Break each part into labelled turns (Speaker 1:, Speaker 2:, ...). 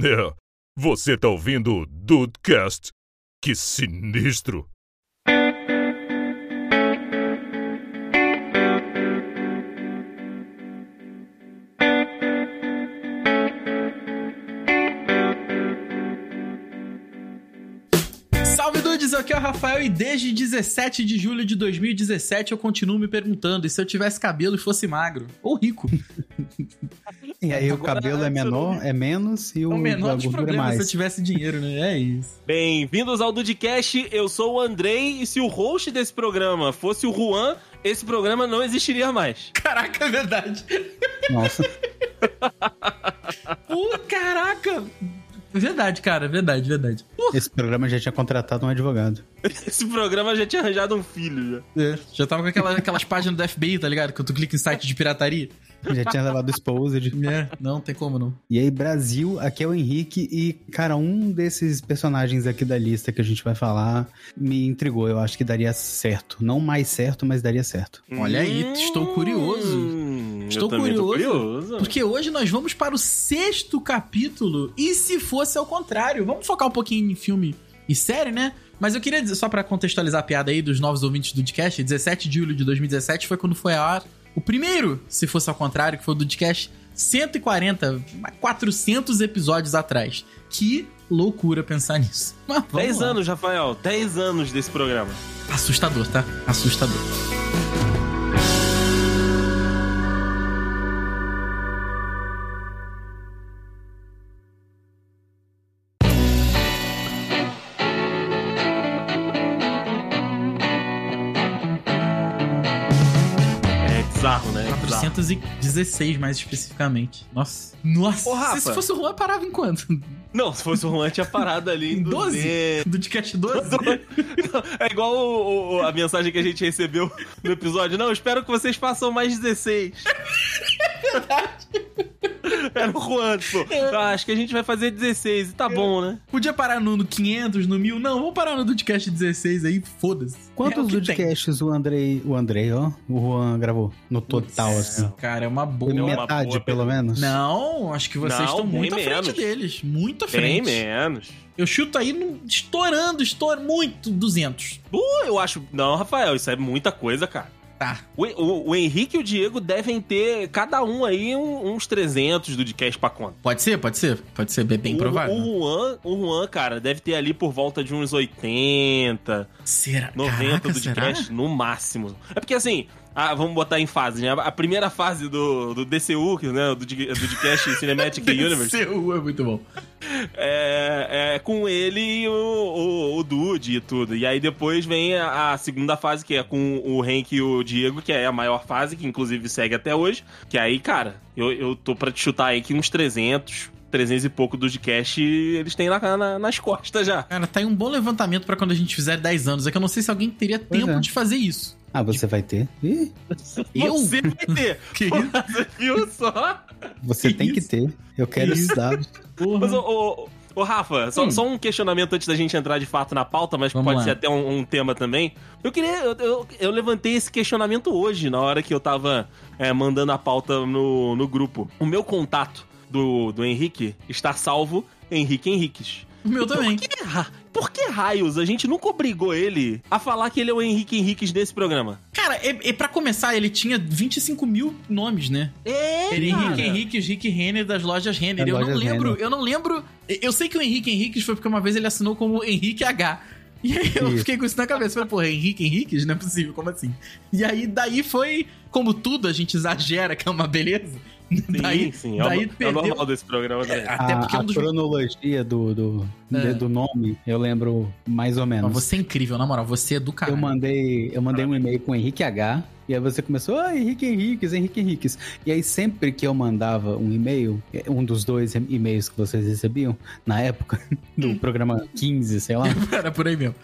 Speaker 1: É, você tá ouvindo o Dudecast? Que sinistro!
Speaker 2: Salve dudes, aqui é o Rafael e desde 17 de julho de 2017 eu continuo me perguntando e se eu tivesse cabelo e fosse magro ou rico.
Speaker 3: E aí o
Speaker 2: Agora,
Speaker 3: cabelo é
Speaker 2: antes eu
Speaker 3: menor, é menos e o,
Speaker 2: o
Speaker 3: a
Speaker 2: menor dos
Speaker 3: gordura é
Speaker 2: problemas se eu
Speaker 3: mais.
Speaker 2: tivesse dinheiro, né? É isso.
Speaker 4: Bem-vindos ao Dudcast, eu sou o Andrei e se o host desse programa fosse o Juan, esse programa não existiria mais.
Speaker 2: Caraca, é verdade.
Speaker 3: Nossa,
Speaker 2: Pô, caraca. É Verdade, cara, verdade, é verdade. Pô,
Speaker 3: esse programa já tinha contratado um advogado.
Speaker 4: Esse programa já tinha arranjado um filho. Já.
Speaker 2: é, já tava com aquela- aquelas páginas do FBI, tá ligado? Que tu clica em site de pirataria.
Speaker 3: Já tinha levado o Exposed.
Speaker 2: É, não tem como não.
Speaker 3: E aí, Brasil, aqui é o Henrique e, cara, um desses personagens aqui da lista que a gente vai falar me intrigou. Eu acho que daria certo. Não mais certo, mas daria certo.
Speaker 2: Olha aí, estou curioso.
Speaker 4: Hum,
Speaker 2: Estou
Speaker 4: eu também tô
Speaker 2: curioso.
Speaker 4: curioso.
Speaker 2: Porque hoje nós vamos para o sexto capítulo. E se fosse ao contrário? Vamos focar um pouquinho em filme e série, né? Mas eu queria dizer, só pra contextualizar a piada aí dos novos ouvintes do podcast, 17 de julho de 2017 foi quando foi a ar o primeiro, se fosse ao contrário, que foi o podcast 140, 400 episódios atrás. Que loucura pensar nisso. Mas vamos
Speaker 4: 10
Speaker 2: lá.
Speaker 4: anos, Rafael, 10 anos desse programa.
Speaker 2: Assustador, tá? Assustador.
Speaker 4: É bizarro, né? É bizarro.
Speaker 2: 416 mais especificamente. Nossa. Nossa.
Speaker 4: Ô, Rafa.
Speaker 2: Se fosse o Juan, parava em quanto?
Speaker 4: Não, se fosse o Juan, tinha parado ali
Speaker 2: Em
Speaker 4: em
Speaker 2: 12?
Speaker 4: 12.
Speaker 2: Do Ticast 12?
Speaker 4: Não, É igual o- o- a mensagem que a gente recebeu no episódio. Não, espero que vocês façam mais 16. Era o Juan, pô. Ah, acho que a gente vai fazer 16 e tá bom, né?
Speaker 2: Podia parar no, no 500, no 1000. Não, vamos parar no Dudcast 16 aí, foda-se. É o
Speaker 3: Quantos
Speaker 2: que tem.
Speaker 3: podcasts o Andrei, o Andrei, ó, o Juan gravou no total,
Speaker 2: Putz,
Speaker 3: assim?
Speaker 2: Cara, é uma boa.
Speaker 3: Foi
Speaker 4: Deu uma
Speaker 3: metade,
Speaker 4: boa
Speaker 3: pelo menos?
Speaker 2: Não, acho que vocês
Speaker 4: Não,
Speaker 2: estão
Speaker 4: bem
Speaker 2: muito à frente
Speaker 4: menos.
Speaker 2: deles. Muito à
Speaker 4: Bem
Speaker 2: frente.
Speaker 4: menos.
Speaker 2: Eu chuto aí no- estourando, estourando muito, 200.
Speaker 4: Pô, eu acho. Não, Rafael, isso é muita coisa, cara.
Speaker 2: Tá.
Speaker 4: O, o- o Henrique e o Diego devem ter, cada um aí, um- uns 300 do podcast pra conta.
Speaker 2: Pode ser, pode ser. Pode ser bem, bem
Speaker 4: o,
Speaker 2: provável.
Speaker 4: o Juan, o Juan, cara, deve ter ali por volta de uns 80.
Speaker 2: será?
Speaker 4: 90
Speaker 2: Caraca,
Speaker 4: do
Speaker 2: será?
Speaker 4: Dudcast no máximo. É porque assim, ah, vamos botar em fase, né? A primeira fase do, do DCU, que, né? Do Dud- Dudcast Cinematic Universe,
Speaker 2: Seu, é muito bom.
Speaker 4: é, é com ele e o, o, o Dude e tudo. E aí depois vem a, a segunda fase, que é com o Henk e o Diego, que é a maior fase, que inclusive segue até hoje. Que aí, cara, eu, eu tô pra te chutar aí que uns 300, 300 e pouco do Dudcast eles têm na, na- nas costas já.
Speaker 2: Cara, tá aí um bom levantamento pra quando a gente fizer 10 anos. É que eu não sei se alguém teria
Speaker 3: Pois
Speaker 2: tempo
Speaker 3: é.
Speaker 2: de fazer isso.
Speaker 3: Ah, você vai ter? Ih,
Speaker 2: Eu?
Speaker 4: Você vai ter,
Speaker 2: Que isso?
Speaker 4: você viu só?
Speaker 3: você
Speaker 2: Que
Speaker 3: tem que
Speaker 2: isso?
Speaker 3: ter. Eu quero esses dados.
Speaker 4: Mas, ô, ô, ô, Rafa, só,
Speaker 2: Uhum. Hum.
Speaker 4: só um questionamento antes da gente entrar de fato na pauta, mas
Speaker 2: Vamos
Speaker 4: pode
Speaker 2: lá.
Speaker 4: ser até um, um tema também. Eu queria. Eu, eu- eu levantei esse questionamento hoje, na hora que eu tava é, mandando a pauta no, no grupo. O meu contato do, do Henrique está salvo Henrique Henriques.
Speaker 2: O meu também.
Speaker 4: Que ra- Por que raios a gente nunca obrigou ele a falar que ele é o Henrique Henriques desse programa?
Speaker 2: Cara, e, e pra começar, ele tinha 25 mil nomes, né?
Speaker 4: É,
Speaker 2: Era Henrique Henrique, Rick Renner das lojas Renner.
Speaker 3: Das
Speaker 2: eu não
Speaker 3: lojas
Speaker 2: lembro,
Speaker 3: Renner.
Speaker 2: eu não lembro. Eu sei que o Henrique Henrique foi porque uma vez ele assinou como Henrique H. E aí eu
Speaker 3: Isso.
Speaker 2: fiquei com isso na cabeça. Falei, porra, Henrique Henrique? Não é possível, como assim? E aí, daí foi, como tudo a gente exagera, que é uma beleza.
Speaker 4: Sim,
Speaker 2: daí,
Speaker 4: sim, é, o-
Speaker 2: daí
Speaker 4: é o,
Speaker 2: perdeu-
Speaker 4: normal desse programa. Né?
Speaker 2: até
Speaker 3: a,
Speaker 2: porque é um
Speaker 3: a
Speaker 2: dos
Speaker 3: cronologia do, do,
Speaker 2: É.
Speaker 3: do nome, eu lembro mais ou
Speaker 2: Não,
Speaker 3: menos.
Speaker 2: você é incrível, na moral, você é do
Speaker 3: Eu
Speaker 2: caralho.
Speaker 3: mandei, eu mandei um e-mail com o Henrique H. E aí você começou, ah, Henrique Henriques, Henrique Henriques. E aí sempre que eu mandava um e-mail, um dos dois e-mails que vocês recebiam, na época, do
Speaker 2: Hum.
Speaker 3: programa 15, sei lá,
Speaker 2: Era por aí mesmo.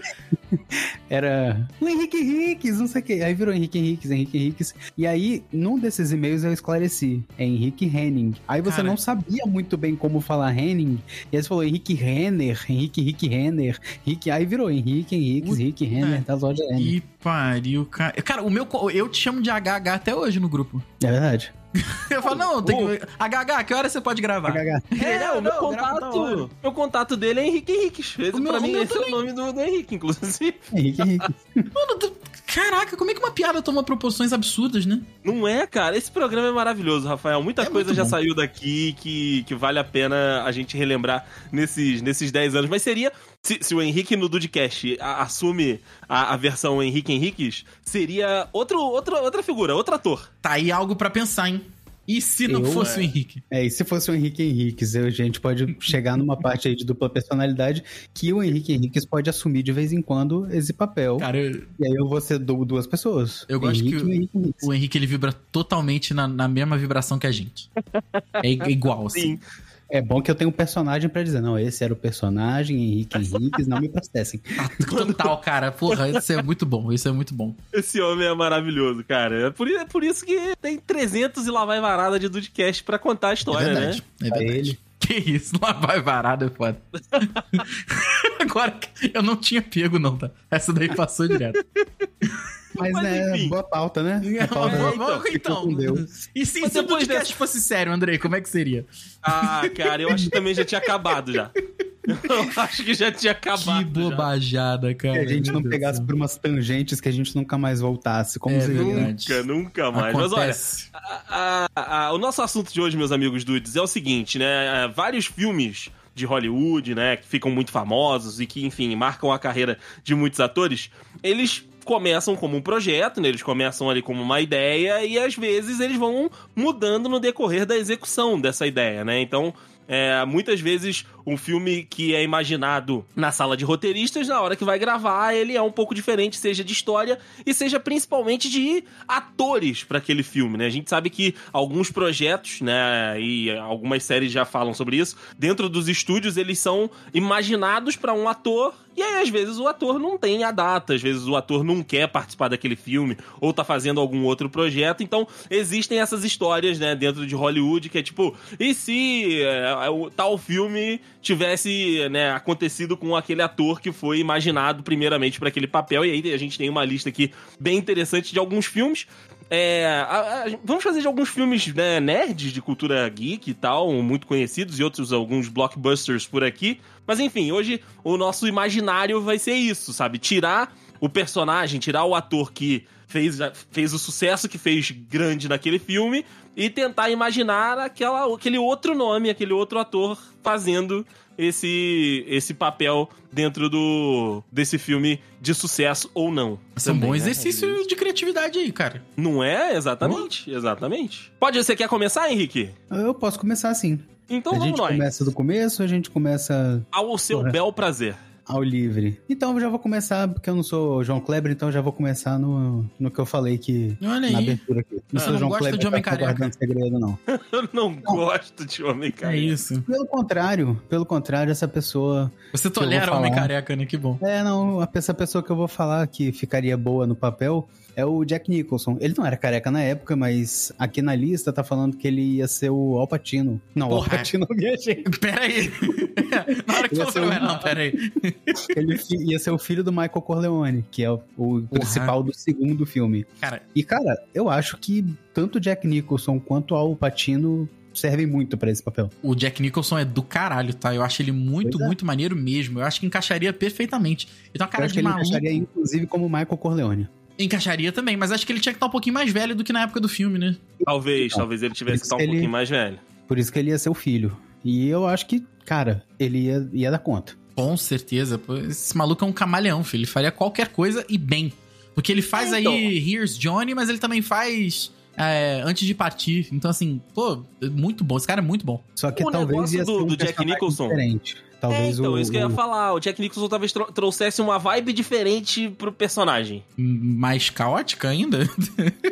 Speaker 3: era o Henrique Henriques, não sei o quê. Aí virou Henrique Henriques, Henrique Henriques. E aí, num desses e-mails eu esclareci, é Henrique Henning. Aí você
Speaker 2: Cara.
Speaker 3: não sabia muito bem como falar Henning. E aí você falou Henrique Renner, Henrique Henrique Renner, Henrique. Aí virou Henrique Henriques,
Speaker 2: Puta,
Speaker 3: Henrique Renner, das lojas Henning.
Speaker 2: Que pariu, cara. Cara, o meu. co- Eu te chamo de HH até hoje no grupo.
Speaker 3: É verdade.
Speaker 2: Eu falo, não, tem que... HH, que hora você pode gravar?
Speaker 3: HH.
Speaker 4: É,
Speaker 2: Ele, ah,
Speaker 4: o meu
Speaker 2: não, grava
Speaker 4: contato.
Speaker 2: da hora.
Speaker 4: Meu contato dele é Henrique Henriques. Esse,
Speaker 2: O meu-
Speaker 4: pra mim,
Speaker 2: o meu
Speaker 4: esse é o nome do, do Henrique, inclusive.
Speaker 3: Henrique Henrique.
Speaker 2: Mano, tu- caraca, como é que uma piada toma proporções absurdas, né?
Speaker 4: Não é, cara? Esse programa é maravilhoso, Rafael. Muita
Speaker 2: É
Speaker 4: coisa
Speaker 2: muito
Speaker 4: já
Speaker 2: bom.
Speaker 4: saiu daqui que, que vale a pena a gente relembrar nesses, nesses 10 anos. Mas seria. Se, se o Henrique no Dudcast a- assume a, a versão Henrique Henriques, seria outro, outro, outra figura, outro ator.
Speaker 2: Tá aí algo pra pensar, hein? E se não
Speaker 3: Eu,
Speaker 2: fosse o Henrique?
Speaker 3: É, e se fosse o Henrique Henriquez, eu, a gente pode chegar numa parte aí de dupla personalidade que o Henrique Henriquez pode assumir de vez em quando esse papel.
Speaker 2: Cara, eu-
Speaker 3: E aí eu vou ser du- duas pessoas.
Speaker 2: Eu gosto
Speaker 3: Henrique
Speaker 2: que o-
Speaker 3: e Henrique Henriquez.
Speaker 2: o Henrique ele vibra totalmente na, na mesma vibração que a gente. É i- igual, assim.
Speaker 4: Sim.
Speaker 3: É bom que eu tenho um personagem pra dizer, não, esse era o personagem, Henrique Henriquez, não me processem.
Speaker 2: Total, cara. Porra, isso é muito bom. Isso é muito bom.
Speaker 4: Esse homem é maravilhoso, cara. É por, i- é por isso que tem 300 e lá vai varada de Dudcast pra contar a
Speaker 2: É
Speaker 4: história, né?
Speaker 2: verdade. É
Speaker 3: Pra
Speaker 2: verdade.
Speaker 3: ele.
Speaker 2: Que isso, lá vai varada, é foda. Agora, eu não tinha pego, não, tá? Essa daí passou direto.
Speaker 3: Mas,
Speaker 4: Mas,
Speaker 3: né,
Speaker 4: enfim.
Speaker 3: boa pauta, né? A pauta
Speaker 2: Vamos-
Speaker 4: mas-
Speaker 2: vamos, então.
Speaker 3: Entendeu.
Speaker 2: E se,
Speaker 4: Mas
Speaker 2: se o
Speaker 4: depois
Speaker 2: podcast fosse sério, Andrei, como é que seria?
Speaker 4: Ah, cara, eu acho que também já tinha acabado já. Eu acho que já tinha acabado.
Speaker 2: que
Speaker 4: já.
Speaker 2: bobajada,
Speaker 3: que
Speaker 2: cara.
Speaker 3: a gente
Speaker 2: Meu
Speaker 3: não
Speaker 2: Deus
Speaker 3: pegasse né?
Speaker 2: do céu.
Speaker 3: por umas tangentes que a gente nunca mais voltasse. Como
Speaker 2: É
Speaker 3: seria?
Speaker 2: verdade.
Speaker 4: Nunca, nunca mais. Mas olha,
Speaker 2: Acontece.
Speaker 4: a- a- a- o nosso assunto de hoje, meus amigos dudes, é o seguinte, né? É, Vários filmes de Hollywood, né, que ficam muito famosos e que, enfim, marcam a carreira de muitos atores, eles começam como um projeto, né? Eles começam ali como uma ideia e às vezes eles vão mudando no decorrer da execução dessa ideia, né? Então, é, muitas vezes um filme que é imaginado na sala de roteiristas, na hora que vai gravar, ele é um pouco diferente, seja de história e seja principalmente de atores para aquele filme, né? A gente sabe que alguns projetos, né, e algumas séries já falam sobre isso, dentro dos estúdios eles são imaginados para um ator e aí às vezes o ator não tem a data, às vezes o ator não quer participar daquele filme ou tá fazendo algum outro projeto. Então, existem essas histórias, né, dentro de Hollywood que é tipo, e se é, o tal filme tivesse, né, acontecido com aquele ator que foi imaginado primeiramente para aquele papel? E aí a gente tem uma lista aqui bem interessante de alguns filmes. É, a- a- vamos fazer de alguns filmes né, nerds de cultura geek e tal, muito conhecidos, e outros alguns blockbusters por aqui. Mas enfim, hoje o nosso imaginário vai ser isso, sabe? Tirar o personagem, tirar o ator que fez, a- fez o sucesso que fez grande naquele filme e tentar imaginar aquela, aquele outro nome, aquele outro ator fazendo esse, esse papel dentro do desse filme de sucesso ou não.
Speaker 2: Isso é um
Speaker 4: Também,
Speaker 2: bom
Speaker 4: né?
Speaker 2: exercício de criatividade aí, cara.
Speaker 4: Não é? Exatamente, exatamente. Pode, você quer começar, Henrique?
Speaker 3: Eu posso começar assim.
Speaker 4: Então
Speaker 3: a gente
Speaker 4: vamos nós.
Speaker 3: começa do começo, a gente começa
Speaker 4: Ao seu
Speaker 3: Correto.
Speaker 4: bel prazer.
Speaker 3: ao livre. Então eu já vou começar, porque eu não sou o João Kleber, então eu já vou começar no, no que eu falei que
Speaker 2: Olha
Speaker 3: na
Speaker 4: É
Speaker 2: aí.
Speaker 3: abertura aqui.
Speaker 2: Ah,
Speaker 3: Não sou
Speaker 2: não
Speaker 3: o João
Speaker 2: gosta
Speaker 3: Kleber,
Speaker 2: de homem
Speaker 3: tá
Speaker 2: careca.
Speaker 3: guardando segredo não.
Speaker 4: Eu não gosto de homem
Speaker 2: É
Speaker 4: careca.
Speaker 2: isso.
Speaker 3: Pelo contrário, pelo contrário, essa pessoa
Speaker 2: Você
Speaker 3: vou
Speaker 2: tolera homem
Speaker 3: falar.
Speaker 2: careca, né? Que bom.
Speaker 3: É, não, a- essa pessoa que eu vou falar que ficaria boa no papel é o Jack Nicholson. Ele não era careca na época, mas aqui na lista tá falando que ele ia ser o Al Pacino. Não, o Al
Speaker 2: Porra.
Speaker 3: Pacino eu viajei.
Speaker 2: Pera aí. Na hora que
Speaker 3: Ia
Speaker 2: você
Speaker 3: ser um-
Speaker 2: falou, não, pera aí.
Speaker 3: Ele fi- ia ser o filho do Michael Corleone, que é o, o principal do segundo filme.
Speaker 2: Cara,
Speaker 3: E, cara, eu acho que tanto o Jack Nicholson quanto o Al Pacino servem muito pra esse papel.
Speaker 2: o Jack Nicholson é do caralho, tá? Eu acho ele muito,
Speaker 3: Pois é.
Speaker 2: muito maneiro mesmo. Eu acho que encaixaria perfeitamente. Ele tem uma
Speaker 3: eu
Speaker 2: cara
Speaker 3: acho
Speaker 2: de
Speaker 3: que ele
Speaker 2: maluco.
Speaker 3: encaixaria, inclusive, como Michael Corleone.
Speaker 2: Encaixaria também, mas acho que ele tinha que estar um pouquinho mais velho do que na época do filme, né?
Speaker 4: Talvez,
Speaker 3: Então,
Speaker 4: talvez ele tivesse que estar um
Speaker 3: ele-
Speaker 4: pouquinho mais velho.
Speaker 3: Por isso que ele ia ser o filho. E eu acho que, cara, ele ia, ia dar conta.
Speaker 2: Com certeza. pô. Esse maluco é um camaleão, filho. Ele faria qualquer coisa e bem. Porque ele faz
Speaker 4: É, então.
Speaker 2: aí Here's Johnny, mas ele também faz é, Antes de Partir. Então, assim, pô, é muito bom. Esse cara é muito bom.
Speaker 3: Só que
Speaker 4: O
Speaker 3: talvez
Speaker 4: negócio
Speaker 3: ia
Speaker 4: do-
Speaker 3: ser um
Speaker 4: do Jack
Speaker 3: personagem
Speaker 4: Nicholson.
Speaker 3: diferente.
Speaker 4: É,
Speaker 3: Talvez
Speaker 4: então,
Speaker 3: o,
Speaker 4: isso que eu ia falar. O Jack Nicholson talvez tro- trouxesse uma vibe diferente pro personagem.
Speaker 2: Mais caótica ainda.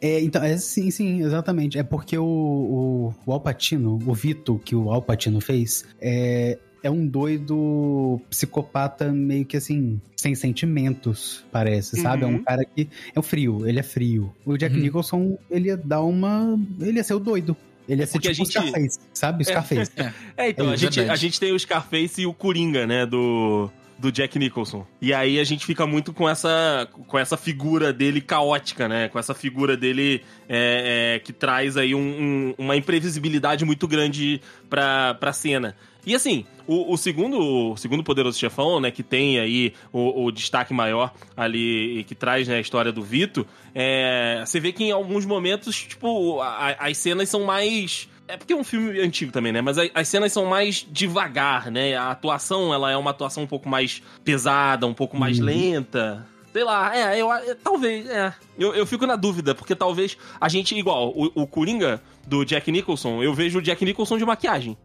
Speaker 3: É, então, é, sim, sim, exatamente. É porque o, o, o Alpatino, o Vito que o Alpatino fez, é, é um doido psicopata meio que assim, sem sentimentos, parece, sabe? É
Speaker 4: Uhum.
Speaker 3: um cara que é um frio, ele é frio. O Jack
Speaker 2: Uhum.
Speaker 3: Nicholson, ele ia dar uma. Ele ia ser o doido. Ele ia ser
Speaker 4: É porque a
Speaker 3: tipo o
Speaker 4: gente-
Speaker 3: Scarface, sabe? O Scarface.
Speaker 4: É, então,
Speaker 2: É,
Speaker 4: a, gente,
Speaker 2: verdade.
Speaker 4: a gente tem o Scarface e o Coringa, né? Do, do Jack Nicholson. E aí a gente fica muito com essa, com essa figura dele caótica, né? Com essa figura dele é, é, que traz aí um- um- uma imprevisibilidade muito grande pra, pra cena. E assim, o, o segundo o segundo poderoso chefão, né, que tem aí o, o destaque maior ali e que traz né, a história do Vito, é, você vê que em alguns momentos, tipo, a- a- as cenas são mais. É porque é um filme antigo também, né? Mas a- as cenas são mais devagar, né? A atuação, ela é uma atuação um pouco mais pesada, um pouco mais
Speaker 3: Uhum.
Speaker 4: lenta. Sei lá, é, eu, é, talvez, é. Eu, eu fico na dúvida, porque talvez a gente, igual, o, o Coringa do Jack Nicholson, eu vejo o Jack Nicholson de maquiagem.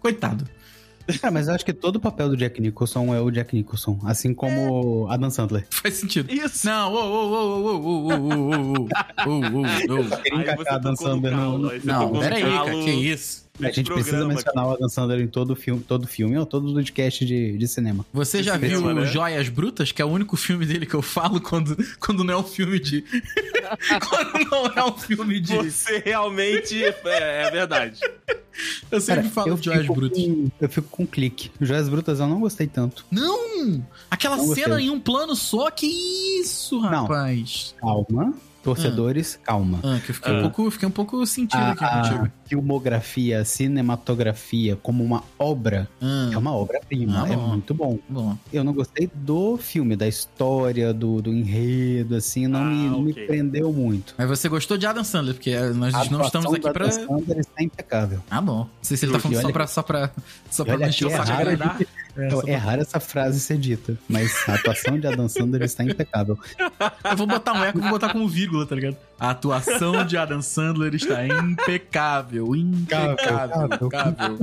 Speaker 2: Coitado.
Speaker 3: Cara, mas eu acho que todo o papel do Jack Nicholson é o Jack Nicholson, assim como
Speaker 4: É.
Speaker 3: Adam Sandler.
Speaker 2: Faz sentido.
Speaker 4: Isso!
Speaker 2: Não, ô, ô, ô, ô, ô, ô, ô, ô, ô, ô, ô, ô, ô.
Speaker 3: Queria encaixar Adam
Speaker 4: tocou no
Speaker 3: Sandler no-
Speaker 4: calo,
Speaker 3: no-
Speaker 4: aí você
Speaker 2: Não,
Speaker 4: tocou no
Speaker 2: peraí, cara,
Speaker 4: calo
Speaker 2: que isso?
Speaker 3: né? A
Speaker 4: desse
Speaker 3: gente precisa
Speaker 4: programa.
Speaker 3: mencionar o Adam Sandler em todo filme, todo filme ou todo podcast de, de cinema.
Speaker 2: Você já
Speaker 4: Isso
Speaker 2: viu
Speaker 4: mesmo, né?
Speaker 2: Joias Brutas, que é o único filme dele que eu falo quando, quando não é um filme de. quando não é um filme de.
Speaker 4: Você realmente... É, é verdade.
Speaker 2: Eu sempre
Speaker 3: Cara,
Speaker 2: falo
Speaker 3: eu
Speaker 2: de Joias
Speaker 3: fico
Speaker 2: Brutas.
Speaker 3: com- eu fico com clique. Joias Brutas eu não gostei tanto.
Speaker 2: Não! Aquela
Speaker 3: Não
Speaker 2: cena
Speaker 3: gostei.
Speaker 2: em um plano só, que isso,
Speaker 3: Não.
Speaker 2: rapaz!
Speaker 3: Calma. Torcedores, calma.
Speaker 2: Ah, que eu fiquei,
Speaker 4: Ah.
Speaker 2: um pouco, fiquei um pouco sentido aqui
Speaker 3: A, a
Speaker 2: contigo.
Speaker 3: filmografia, a cinematografia como uma obra, é
Speaker 2: Ah,
Speaker 3: uma obra-prima,
Speaker 2: Ah,
Speaker 3: é
Speaker 2: bom.
Speaker 3: muito bom.
Speaker 2: bom.
Speaker 3: Eu não gostei do filme, da história, do, do enredo, assim, não,
Speaker 4: Ah,
Speaker 3: me, não me
Speaker 4: ok.
Speaker 3: prendeu muito.
Speaker 2: Mas você gostou de Adam Sandler, porque eh, nós não estamos aqui pra.
Speaker 3: A atuação do Adam Sandler está impecável.
Speaker 2: Ah, bom. Não sei se ele tá
Speaker 3: E
Speaker 2: falando só
Speaker 3: olha-
Speaker 2: pra, só pra. Só pra
Speaker 3: olha
Speaker 2: mexer
Speaker 3: que
Speaker 2: o
Speaker 3: é
Speaker 2: saco de
Speaker 3: raro
Speaker 2: agradar.
Speaker 3: de- Então, é raro essa frase ser dita, mas a atuação de Adam Sandler está impecável.
Speaker 2: Eu vou botar um eco, vou botar como vírgula, tá ligado? A atuação de Adam Sandler está impecável, impecável,
Speaker 3: Impecável.
Speaker 2: impecável.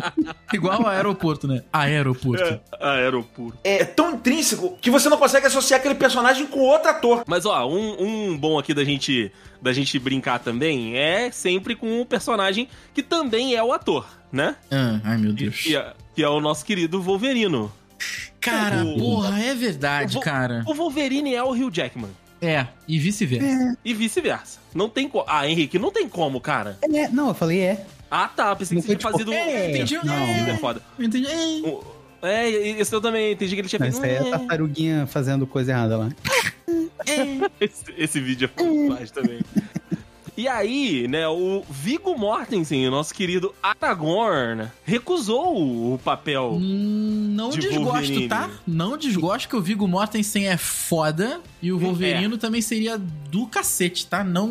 Speaker 2: Igual ao aeroporto, né?
Speaker 4: É.
Speaker 2: Aeroporto.
Speaker 4: Ah, Aeropuro.
Speaker 5: É tão intrínseco que você não consegue associar aquele personagem com outro ator.
Speaker 4: Mas ó, um, um bom aqui da gente, da gente brincar também é sempre com o personagem que também é o ator, né?
Speaker 2: Ah, ai, meu
Speaker 4: Que,
Speaker 2: Deus.
Speaker 4: que é, que é o nosso querido Wolverino.
Speaker 2: Cara,
Speaker 4: o-
Speaker 2: porra, é verdade,
Speaker 4: o-
Speaker 2: cara.
Speaker 4: O Wolverine é o Hugh Jackman.
Speaker 2: É, e vice-versa.
Speaker 4: E vice-versa. Não tem como. Ah, Henrique, não tem como, cara.
Speaker 3: É, não, eu falei é.
Speaker 4: Ah, tá. Pensei
Speaker 3: Não
Speaker 4: que você
Speaker 3: foi
Speaker 4: tinha
Speaker 3: tipo,
Speaker 4: fazido.
Speaker 2: é, entendi.
Speaker 4: Não,
Speaker 2: É.
Speaker 4: é foda.
Speaker 2: Eu Entendi. É.
Speaker 4: O- É, esse eu também entendi que ele tinha
Speaker 3: Não,
Speaker 4: feito. um
Speaker 3: isso aí é a tartaruguinha fazendo coisa errada lá.
Speaker 2: é.
Speaker 4: Esse, esse vídeo é faz também. E aí, né, o Vigo Mortensen, o nosso querido Aragorn, recusou o papel.
Speaker 2: Hum, Não
Speaker 4: De
Speaker 2: desgosto,
Speaker 4: Wolverine.
Speaker 2: tá? Não desgosto que o Vigo Mortensen é foda e o Wolverino também seria do cacete, tá? Não,